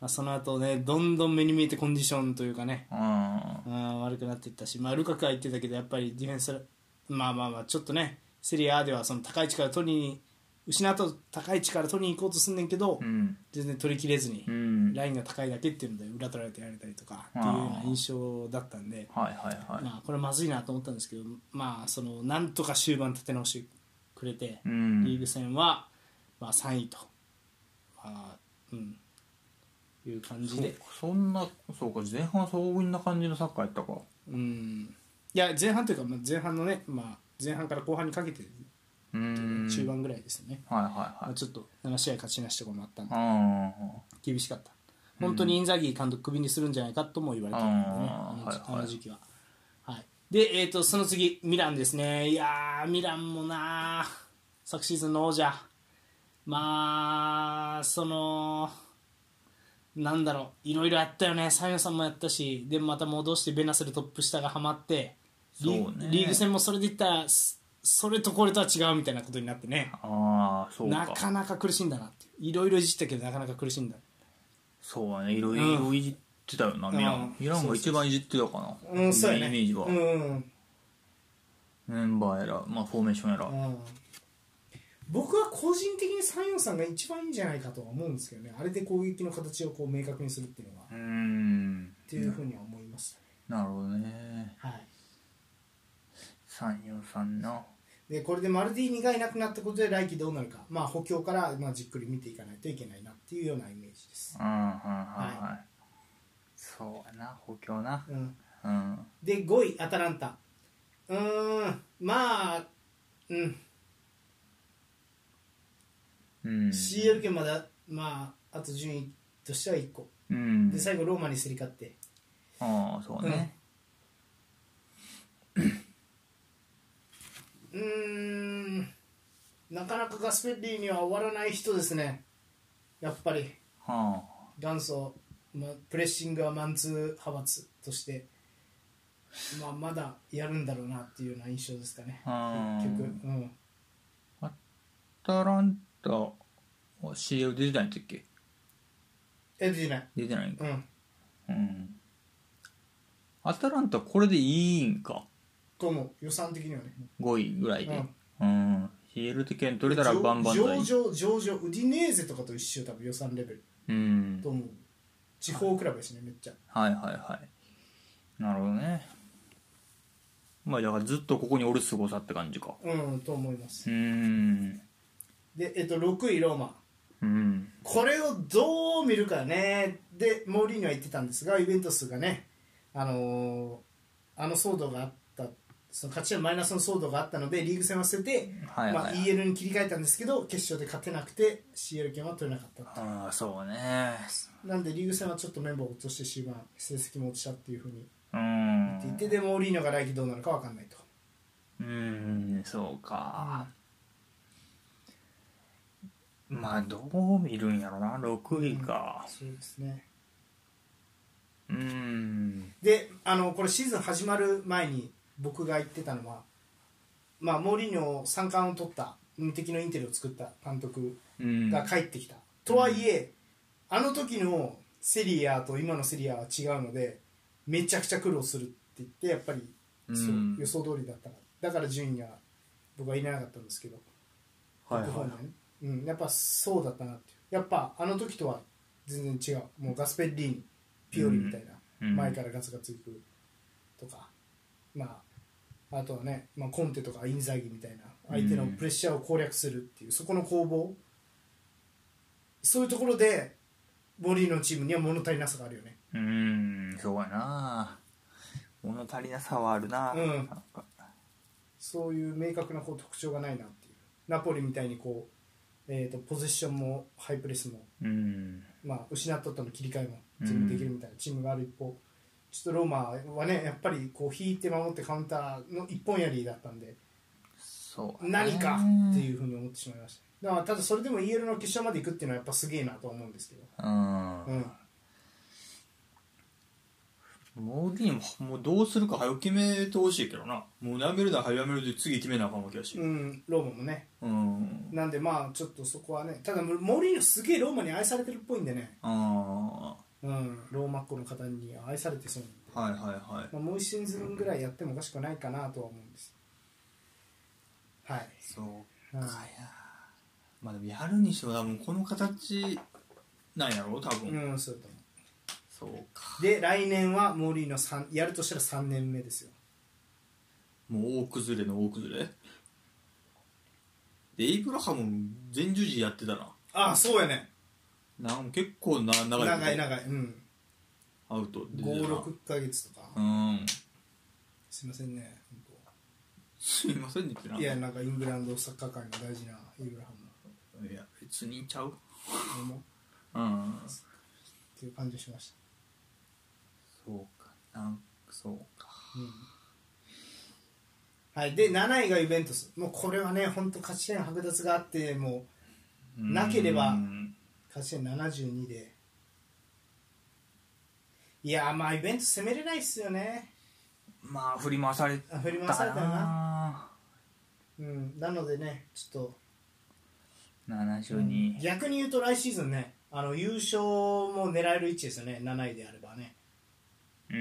まあ、その後ねどんどん目に見えてコンディションというかね
うん
うん悪くなっていったし、まあ、ルカクは言ってたけどやっぱりディフェンスまあまあまあちょっとねセリアではその高い力取りに失うと高い力取りに行こうとすんねんけど、
うん
全然取りきれずに、
うん
ラインが高いだけっていうので裏取られてやられたりとかっていうような印象だったんで
はいはいはい、
まあ、これまずいなと思ったんですけど、まあ、そのなんとか終盤立て直してくれて、
うん
リーグ戦は、まあ、3位と、まあうん、いう感じ
そう
で、
そんなそうか前半はそういんな感じのサッカーやったか
うん、いや前半というか、まあ、前半のね、まあ、前半から後半にかけて
うん
中盤ぐらいですよね、
はいはい
ま
は
あ、
い
ちょっと7試合勝ちなしとかもあったんで
あ
厳しかった本当にインザギー監督クビにするんじゃないかとも言われてたんでね
あ
あの時あ
ーはいはい
の時期は、はい、で、えー、とその次ミランですねいやーミランもなー昨シーズンの王者まあそのなんだろういろいろやったよねサヨンさんもやったしでまた戻してベナセルトップ下がはまってリ,、
そうね
リーグ戦もそれでいったらすそれとこれとは違うみたいなことになってね
ああそうか
なかなか苦しいんだなっていろいろいじったけどなかなか苦しいんだ
そうはねいろいろいじってたよな、
うん
ミラ
うん
ンミランが一番いじってたかな、イメージは、
うん
メンバーやら、まあ、フォーメーションやら、
僕は個人的にサヨンさんが一番いいんじゃないかとは思うんですけどねあれで攻撃の形をこう明確にするっていうのは、
うーん
っていうふうには思いましたね、
なるほどね
はい
343な
でこれでマルディニがいなくなったことで来季どうなるか、まあ、補強からまあじっくり見ていかないといけないなっていうようなイメージです、
うんうんはいはい、
は
そうやな補強な
うん、
うん
で5位アタランタうーんまあうん
うん
CL 権まだまああと順位としては1個
うん
で最後ローマに競り勝って
ああそうね、
うーんなかなかガスペッリーには終わらない人ですねやっぱり
は
元祖、まあ、プレッシングはマンツー派閥として、まあ、まだやるんだろうなっていうような印象ですかね
ああ
結局、うん、
アタランタは CL 出てないんだっけ
え出てない
出てないん
う
か
ん
うんアタランタこれでいいんか
と思う予算的にはね
5位ぐらいで
うん
うん、CL 的に取れたらバンバンだ
上
い
場上場ウディネーゼとかと一緒多分予算レベル
うん
と思う地方クラブですねめっちゃ
はいはいはいなるほどねまあだからずっとここにおるすごさって感じか
うんと思います
うーん
でえっと6位ローマ
うん
これをどう見るかねでモーリーニョは言ってたんですがイベント数がねあのーあの騒動があったその勝ちやマイナスの騒動があったのでリーグ戦は捨てて、
はいはいは
まあ、
い
EL に切り替えたんですけど決勝で勝てなくて CL 権は取れなかった
ああそうね
なんでリーグ戦はちょっとメンバーを落として終盤成績も落ちたっていうふうに
う
言ってい
ん
てでモーリーニョが来季どうなるか分かんないと
うんそうかまあどう見るんやろな6位か
そうですね
うん
であのこれシーズン始まる前に僕が言ってたのは、まあ、モーリーニョ三冠を取った無敵のインテルを作った監督
うん
が帰ってきた、とはいえあの時のセリアと今のセリアは違うのでめちゃくちゃ苦労するって言ってやっぱりそう
うん
予想通りだったからだから順位は僕はいなかったんですけど、
はいはい
僕本来ねうん、やっぱそうだったなっていうやっぱあの時とは全然違うもうガスペッリーニピオリみたいな、
うん
前からガツガツいくとか、まあ、あとはね、まあ、コンテとかインザギみたいな相手のプレッシャーを攻略するっていう、そこの攻防そういうところでボリーのチームには物足りなさがあるよね
うんそうやな物足りなさはあるな
うん
なんか
そういう明確なこう特徴がないなっていうナポリみたいにこう、えー、とポゼッションもハイプレスも、
うん
まあ、失ったとの切り替えも全部できるみたいなチームがある一方ちょっとローマはねやっぱりこう引いて守ってカウンターの一本やりだったんで
そうやね
何かっていうふうに思ってしまいましただからただそれでも EL の決勝まで行くっていうのはやっぱすげえなとは思うんですけど、
うん
うん、
モーディーももうどうするか早く決めてほしいけどなもうやめるなら早やめるで次決めなあかんわけやし
うん、ローマもね
うん
なんでまあちょっとそこはねただモーリーニョすげえローマに愛されてるっぽいんでね、
あ
うん、ローマっ子の方に愛されてそうなんで、
あはいはいはい
まあ、もう1シーズンぐらいやってもおかしくないかなとは思うんですはい、
そう
うん
かやまあでもやるにしても多分この形なんやろ多分、
うん、そうだと思
そうか
うで来年はモーリーの3やるとしたら3年目ですよ
もう大崩れの大崩れでエイブラハム前十字やってたな
ああそうやね
なん結構な長いこと
長い長いうん
アウトで出てたな
56ヶ月とか、
うん
すいませんね本当
すいませんねってない
いやなんかイングランドサッカー界の大事なイブラハ
いや別にちゃう
ムの
うん
っていう感じがしました、
そうかなんそうか
うんはい、で7位がユベントスもうこれはね本当勝ち点剥奪があってもうなければ
うん
勝ち点72でいやまあイベント攻めれないっすよね
まあ振り回されたな
振り回されたなうんなのでねちょっと
7勝に、
逆に言うと来シーズンねあの優勝も狙える位置ですよね7位であればね
うー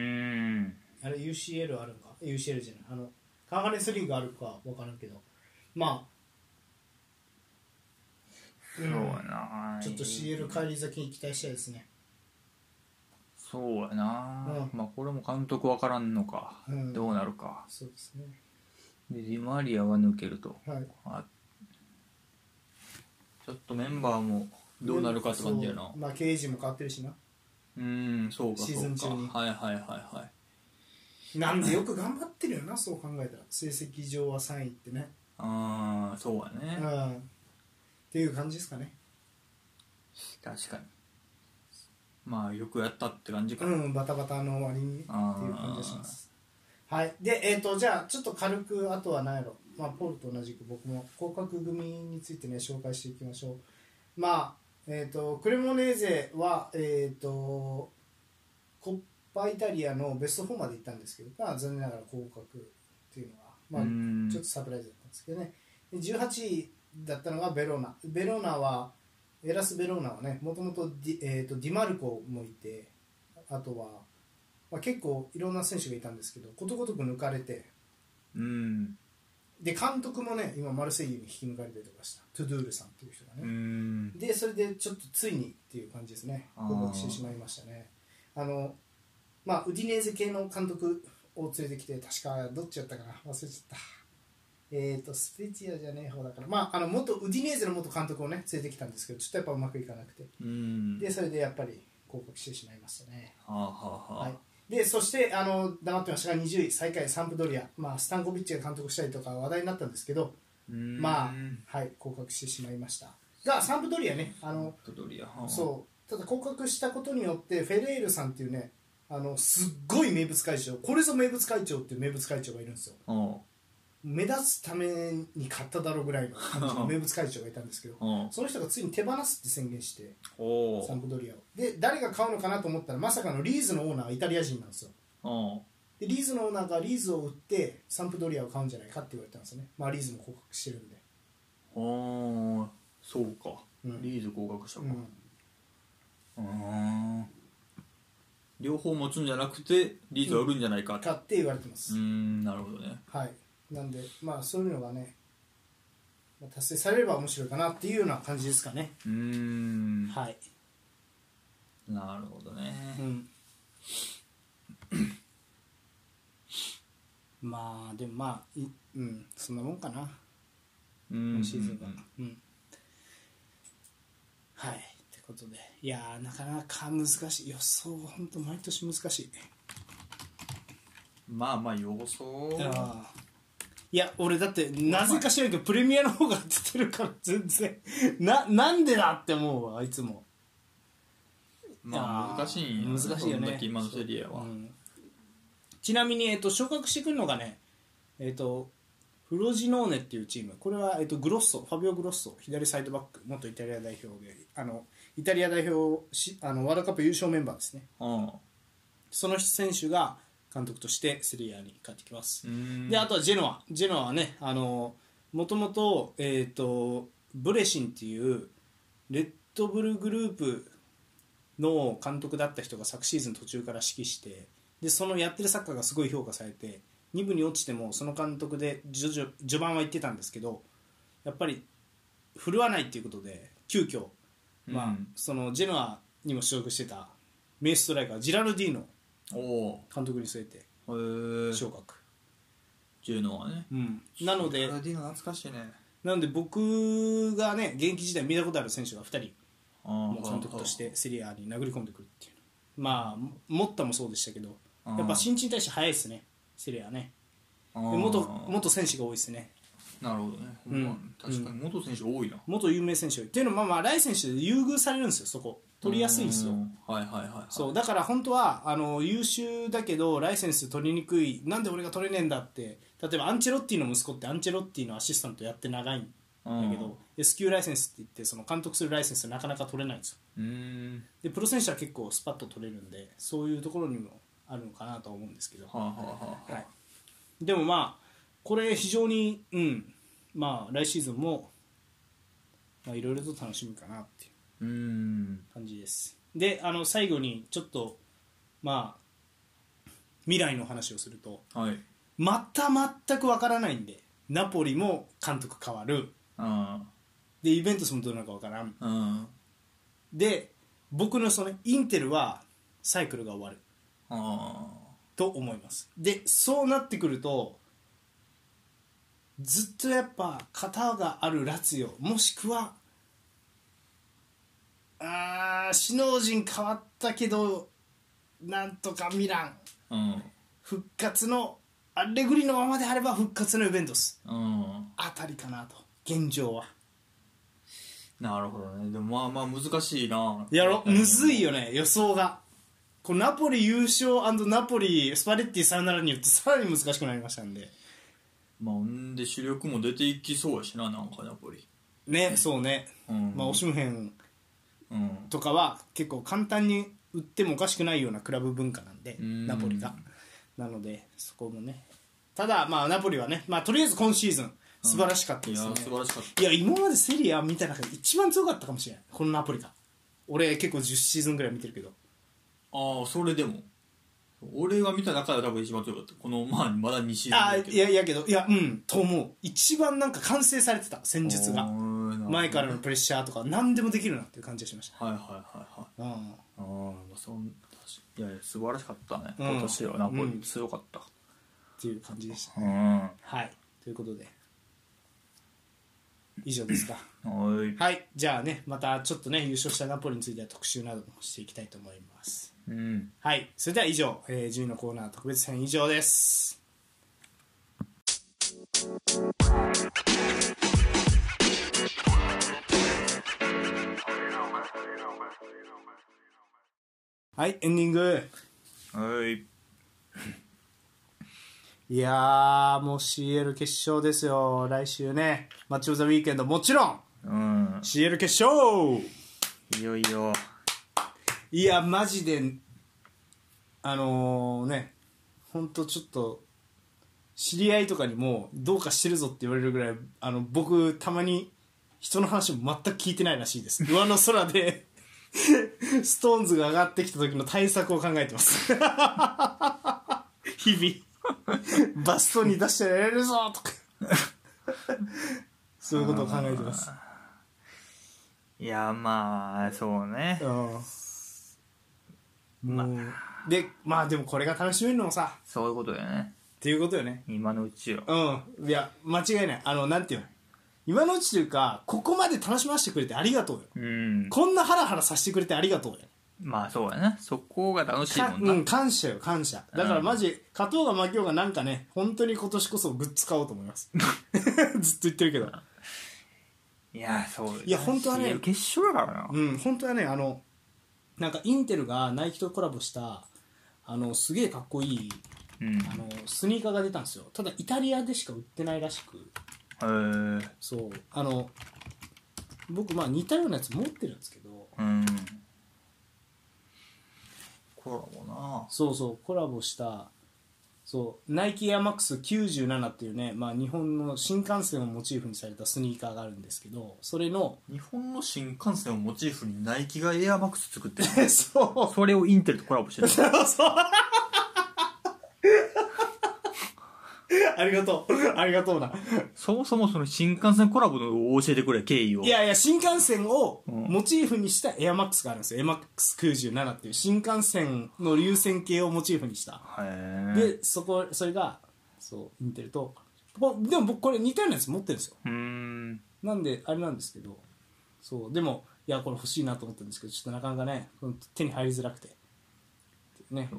ん
あれ UCL あるんか UCL じゃないあのカンファレンスリーグあるか分からんけどまあ、
そうやな、
うんちょっと CL 返り咲きに期待したいですね
そうやな、
う
まあこれも監督わからんのか、
うん
どうなるか
そうですね
でディマリアは抜けると
はい
あちょっとメンバーもどうなるかって感じやな
そうまあ経営陣も変わってるしな
うんそうか
シー
そ
ズ
う
ン
か
中に
はいはいはいはい
なんでよく頑張ってるよなそう考えたら成績上は3位ってね
ああそうやね、
うんっていう感じですかね
確かにまあよくやったって感じか、
うんバタバタの終わりにっていう感じがしますはいでえっ、とじゃあちょっと軽くあとは何やろ、まあ、ポールと同じく僕も降格組についてね紹介していきましょうまあえっ、とクレモネーゼはえっ、とコッパイタリアのベスト4まで行ったんですけど、まあ、残念ながら降格っていうのは、まあ、
うん
ちょっとサプライズだったんですけどねで18位だったのがベローナベローナはエラス・ベローナはねもともとディ,、えー、とディマルコもいてあとは、まあ、結構いろんな選手がいたんですけどことごとく抜かれて
うん
で監督もね今マルセイユに引き抜かれてとかしたトゥドゥールさんっていう人がね、
うん
でそれでちょっとついにっていう感じですね
あー
降格してしまいましたねあのまあウディネーゼ系の監督を連れてきて確かどっちやったかな忘れちゃったえっ、とスペツィアじゃねえ方だからまああの元ウディネーゼの元監督をね連れてきたんですけどちょっとやっぱうまくいかなくて
うん
でそれでやっぱり降格してしまいましたね
はあはあはあ、
はいでそしてあの黙ってましたが20位最下位サンプドリア、まあ、スタンコビッチが監督したりとか話題になったんですけど、
うん
まあ、はい、降格してしまいましたがサンプドリアねあの
プドリアはあ
そうただ降格したことによってフェレールさんっていうねあのすっごい名物会長これぞ名物会長っていう名物会長がいるんですよ
あ
目立つために買っただろうぐらいの感じの名物会長がいたんですけど
あああ
その人がついに手放すって宣言して
お
サン
お
プドリアをで誰が買うのかなと思ったらまさかのリーズのオーナーはイタリア人なんですよ
あ
でリーズのオーナーがリーズを売ってサンプドリアを買うんじゃないかって言われたんですよねまあリーズも降格してるんで
ああそうか、
うん
リーズ合格者
う
か、
ん
うん両方持つんじゃなくてリーズを売るんじゃないか
買って言われてます
うーんなるほどね
はい、なんで、まあ、そういうのがね、まあ達成されれば面白いかなっていうような感じですかね。
うーん
はい、
なるほどね
うん、 まあ、でもまあ、いうん、そんなもんかな、
うん
今シーズンは。うんはい、ってことで、いやー、なかなか難しい、予想は本当、毎年難しい。
まあまあ要素
あーいや俺だってなぜか知らんけどプレミアの方が出てるから 全然ななんでだって思うわあいつも
まあ難しいん
難
や
しいよ
そん
ね
だけ今のセリアは
うんちなみに、えっと昇格してくるのがねえっとフロジノーネっていうチームこれは、えっとグロッソファビオ・グロッソ左サイドバック元イタリア代表であのイタリア代表しあのワールドカップ優勝メンバーですね
うんう
その選手が監督としてセリアに帰ってきます、
ーん
であとはジェノアジェノアはねあのもともと,、えー、とブレシンっていうレッドブルグループの監督だった人が昨シーズン途中から指揮してでそのやってるサッカーがすごい評価されて2部に落ちてもその監督で徐々序盤は行ってたんですけどやっぱり振るわないっていうことで急遽、まあ
うん
そのジェノアにも所属してた名ストライカージラルディーノ
お
監督に据えて
おへえ
昇格、
ジェノはね
うん、なので
ジェラルディーノ懐かしいね
なので僕がね現役時代見たことある選手が2人
あー
もう監督としてセリアに殴り込んでくるっていうまあモッタもそうでしたけど
うん
やっぱ新陳代謝早いですねセリアはね
あー
で元元選手が多いですね
なるほどね、
うん
まあ確かに元選手多いな
元有名選手が多いっていうのはまあまあ来選手で優遇されるんですよそこ取りやすいんですよ
うんはいはいはいはい
そうだから本当はあの優秀だけどライセンス取りにくいなんで俺が取れねえんだって例えばアンチェロッティの息子ってアンチェロッティのアシスタントやって長い
うん
だけど S 級ライセンスって言ってその監督するライセンスなかなか取れないんですよ
うーん
でプロ選手は結構スパッと取れるんでそういうところにもあるのかなとは思うんですけど、
はあはあはあ、
はい、でもまあこれ非常にうんまあ来シーズンもまあいろいろと楽しみかなっていう
うーん
感じですであの最後にちょっとまあ未来の話をすると
はい
また全くわからないんでナポリも監督変わる
あ
でイベントスもどうなるかわからん
あうん
で僕のそのインテルはサイクルが終わる
あ
と思いますでそうなってくるとずっとやっぱ型があるラツヨもしくはあー首脳陣変わったけどなんとかミラン
あうん
復活のアレグリのままであれば復活のイベントス
うん
あたりかなと現状は
なるほどねでもまあまあ難しいな
やろむずいよね予想がこうナポリ優勝ナポリスパレッティさよならによってさらに難しくなりましたんで
まあほんで主力も出ていきそうやしななんかナポリ
ねそうね、
うん
まあオシムヘン
うん
とかは結構簡単に売ってもおかしくないようなクラブ文化なんで
うん
ナポリがなのでそこもねただまあナポリはね、まあ、とりあえず今シーズン素晴らしかった
い
で
や
すね、
素晴らしかった
いや今までセリア見た中で一番強かったかもしれないこのナポリが俺結構10シーズンぐらい見てるけど
ああそれでも俺が見た中では多分一番強かったこのまあまだ2シーズン
ああ
だけど
いやいやけどいやうんと思う一番なんか完成されてた戦術
お
が
ーなるほど
前からのプレッシャーとか何でもできるなっていう感じがしました
はいはいはい
う
はい
ん
ああまあそんいやいや素晴らしかったね、
うん
今年はナポ
う
リ
ん
強かった
っていう感じでした
うんは
はいということで以上ですか
い
はいじゃあねまたちょっとね優勝したナポリについては特集などもしていきたいと思います
うん
はいそれでは以上、えー、10位のコーナー特別編以上ですはいエンディング
はい
いやーもう CL 決勝ですよ来週ねマッチ・オブ・ザ・ウィーケンドもちろん
うん、
CL 決勝
いよいよ。
いやマジであのねほんとちょっと知り合いとかにもどうかしてるぞって言われるぐらいあの僕たまに人の話も全く聞いてないらしい です上の空でストーンズが上がってきた時の対策を考えてます日々 バストに出してやれるぞとか そういうことを考えてます
いや、まあ、そうね。
うん、もうでまあでもこれが楽しめるのもさ
そういうことだよね。
っていうことよね
今のうちよ。
うんいや間違いないあのなんていうの今のうちというかここまで楽しませてくれてありがとうよ
うん。
こんなハラハラさせてくれてありがとうよ
まあ、そうやな。そこが楽しい
か
もん
う
な。
ん、感謝よ感謝だからマジ、勝とうが負けようがなんかね本当に今年こそグッズ買おうと思います ずっと言ってるけど
いや、そうだよ
いや本当はね
CL 決勝だからな。
うん本当はねあのなんかインテルがナイキとコラボしたあのすげえかっこいい
うん。
あのスニーカーが出たんですよただイタリアでしか売ってないらしく
へえ。
そうあの僕まあ似たようなやつ持ってるんですけど
うん。コラボな。
そうそうコラボしたそうナイキエアマックス97っていうね、まあ、日本の新幹線をモチーフにされたスニーカーがあるんですけどそれの
日本の新幹線をモチーフにナイキがエアマックス作ってる
そう
それをインテルとコラボしてる
ありがとう ありがとうな
そもそもその新幹線コラボのを教えてくれ経緯を
いやいや新幹線をモチーフにしたエアマックスがあるんですよエアマックス97っていう新幹線の流線形をモチーフにした
へえ
でそこそれがそうインテルとこでも僕これ似たようなやつ持ってるんですよ
うん
なんであれなんですけどそうでもいやこれ欲しいなと思ったんですけどちょっとなかなかねうん手に入りづらくてね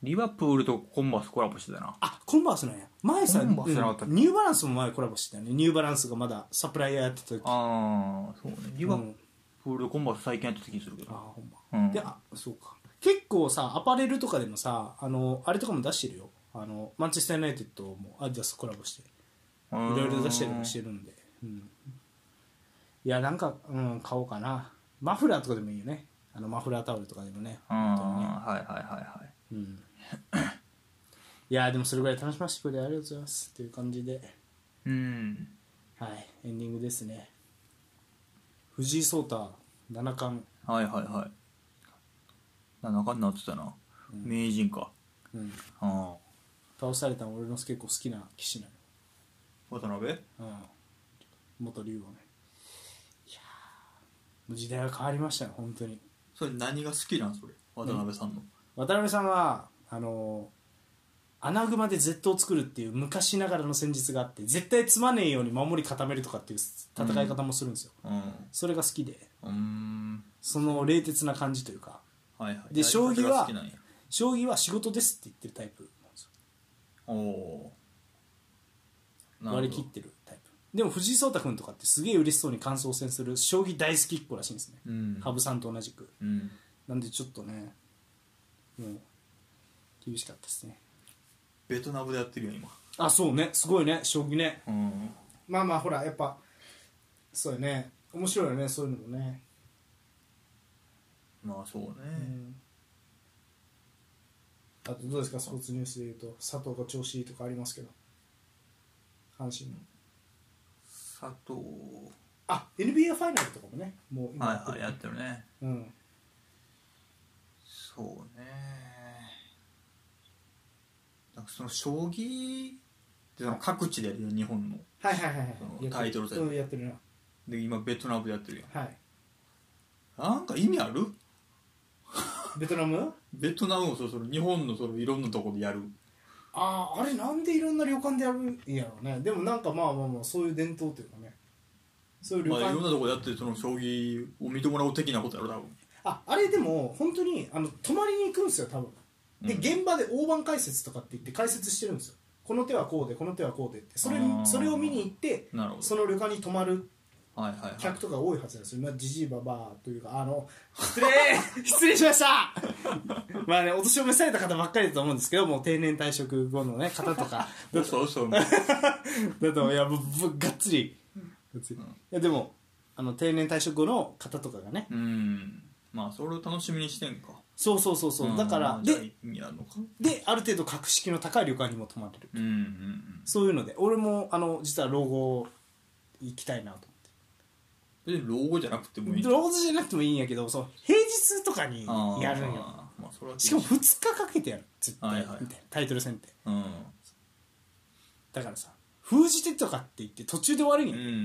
リバプールとコンバースコラボしてたな
あコンバースなんや前さ、
コンバースじゃなかったっけ
うんニューバランスも前コラボしてたよねニューバランスがまだサプライヤーやってた時
ああそうねリバ
うん
プールコンバース最近やった気するけ
あ
ど
ほんま
うん
であそうか結構さアパレルとかでもさあのあれとかも出してるよあのマンチェスター・ユナイテッドもアディダスコラボして
い
いろいろ出したりもしてるんで、うん、いやなんか、うん、買おうかなマフラーとかでもいいよねあのマフラータオルとかでもね
ああはいはいはいはい
うんいやでもそれぐらい楽しませてくれてありがとうございますっていう感じで
うん
はいエンディングですね藤井聡太七冠
はいはいはい七冠になってたな、名人か
うん
ああ
倒されたの俺の結構好きな棋士な
渡辺
の、うん、元竜王ねいやーもう時代は変わりましたね本当に
それ何が好きなんそれ渡辺さんの、
渡辺さんはあの穴熊で Z を作るっていう昔ながらの戦術があって絶対つまねえように守り固めるとかっていう戦い方もするんですよ、
うん
それが好きで
うーん
その冷徹な感じというか
はいはい
で将棋は
やり方が好きなんや
将棋は仕事ですって言ってるタイプなんですよ
おお
割り切ってるタイプでも藤井聡太君とかってすげえ嬉しそうに感想戦する将棋大好きっ子らしいんですね
うん
羽生さんと同じく
うん
なんでちょっとねもう厳しかったですね
ベトナムでやってるよ今
あそうねすごいね将棋ね
うん
まあまあほらやっぱそうよね面白いよねそういうのもね、
まあそうね、
うんあとどうですかスポーツニュースでいうと佐藤が調子いいとかありますけど阪神の
佐藤
あ NBA ファイナルとかもねもう今
はいはいや
る
ってるね
うん
そうねなんかその将棋ってその各地でやるよ日本の
はいはいはいはい
そのタイトル戦
うんやってるな
で今ベトナムでやってるやん
はい
なんか意味ある
ベトナム
ベトナムもそうその日本のそのいろんなとこでやる
あああれなんでいろんな旅館でやるんやろうねでもなんかまあまあまあそういう伝統というかねそういう旅
まあい
館、
ろんなとこでやってその将棋を見てもらう的なことやろ多分
ああれでも本当にあの泊まりに行くんですよ多分で、
うん
現場で大盤解説とかって言って解説してるんですよこの手はこうでこの手はこうでってそれ
あー
それを見に行って
なるほ
そ
ど
の旅館に泊まる
はいはいはい
客とかが多いはずなんですよ、まあ、ジジイババアというかあの失礼 失礼しましたまあねお年を召された方ばっかりだと思うんですけどもう定年退職後のね方とか
嘘嘘 うん
だといやぶぶがっつりがっつりいやでもあの定年退職後の方とかがね
うんまあそれを楽しみにしてんか
そうそうそうそうだから
んじゃあ
で
意味あるのか
である程度格式の高い旅館にも泊まれる
うんうんうん
そういうので俺もあの実は老後行きたいなと
別に老後じゃなくても
思
い
っ
い
て老後じゃなくてもいいんやけどそう平日とかに
あー
やるんよ
まあそれは
しかも2日かけてやる絶対、
はいはい
みたいなタイトル戦って
うん
だからさ封じ手とかって言って途中で終わるん
うんう
よ、
んう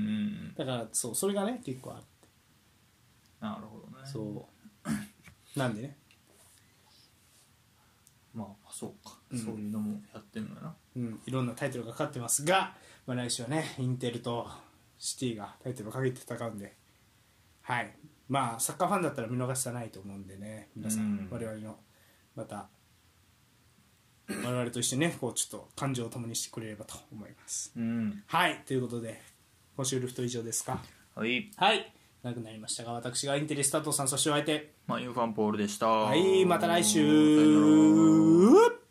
ん
だからそうそれがね結構あって
なるほどね
そうなんでね
まあそうか、
うん
そういうのもやってんのやな
うん、いろんなタイトルがかかってますが、まあ、来週はねインテルとシティがタイトルをかけて戦うんではいまあサッカーファンだったら見逃したないと思うんでね皆さん、
うん
我々のまた我々と一緒にねこうちょっと感情を共にしてくれればと思います
うん
はいということで今週ルフト以上ですか
はい
はい長くなりましたが私がインテリスタートさんそしてお相手
まあユーファンポールでした
はいまた来週
さよな
う
ら
っ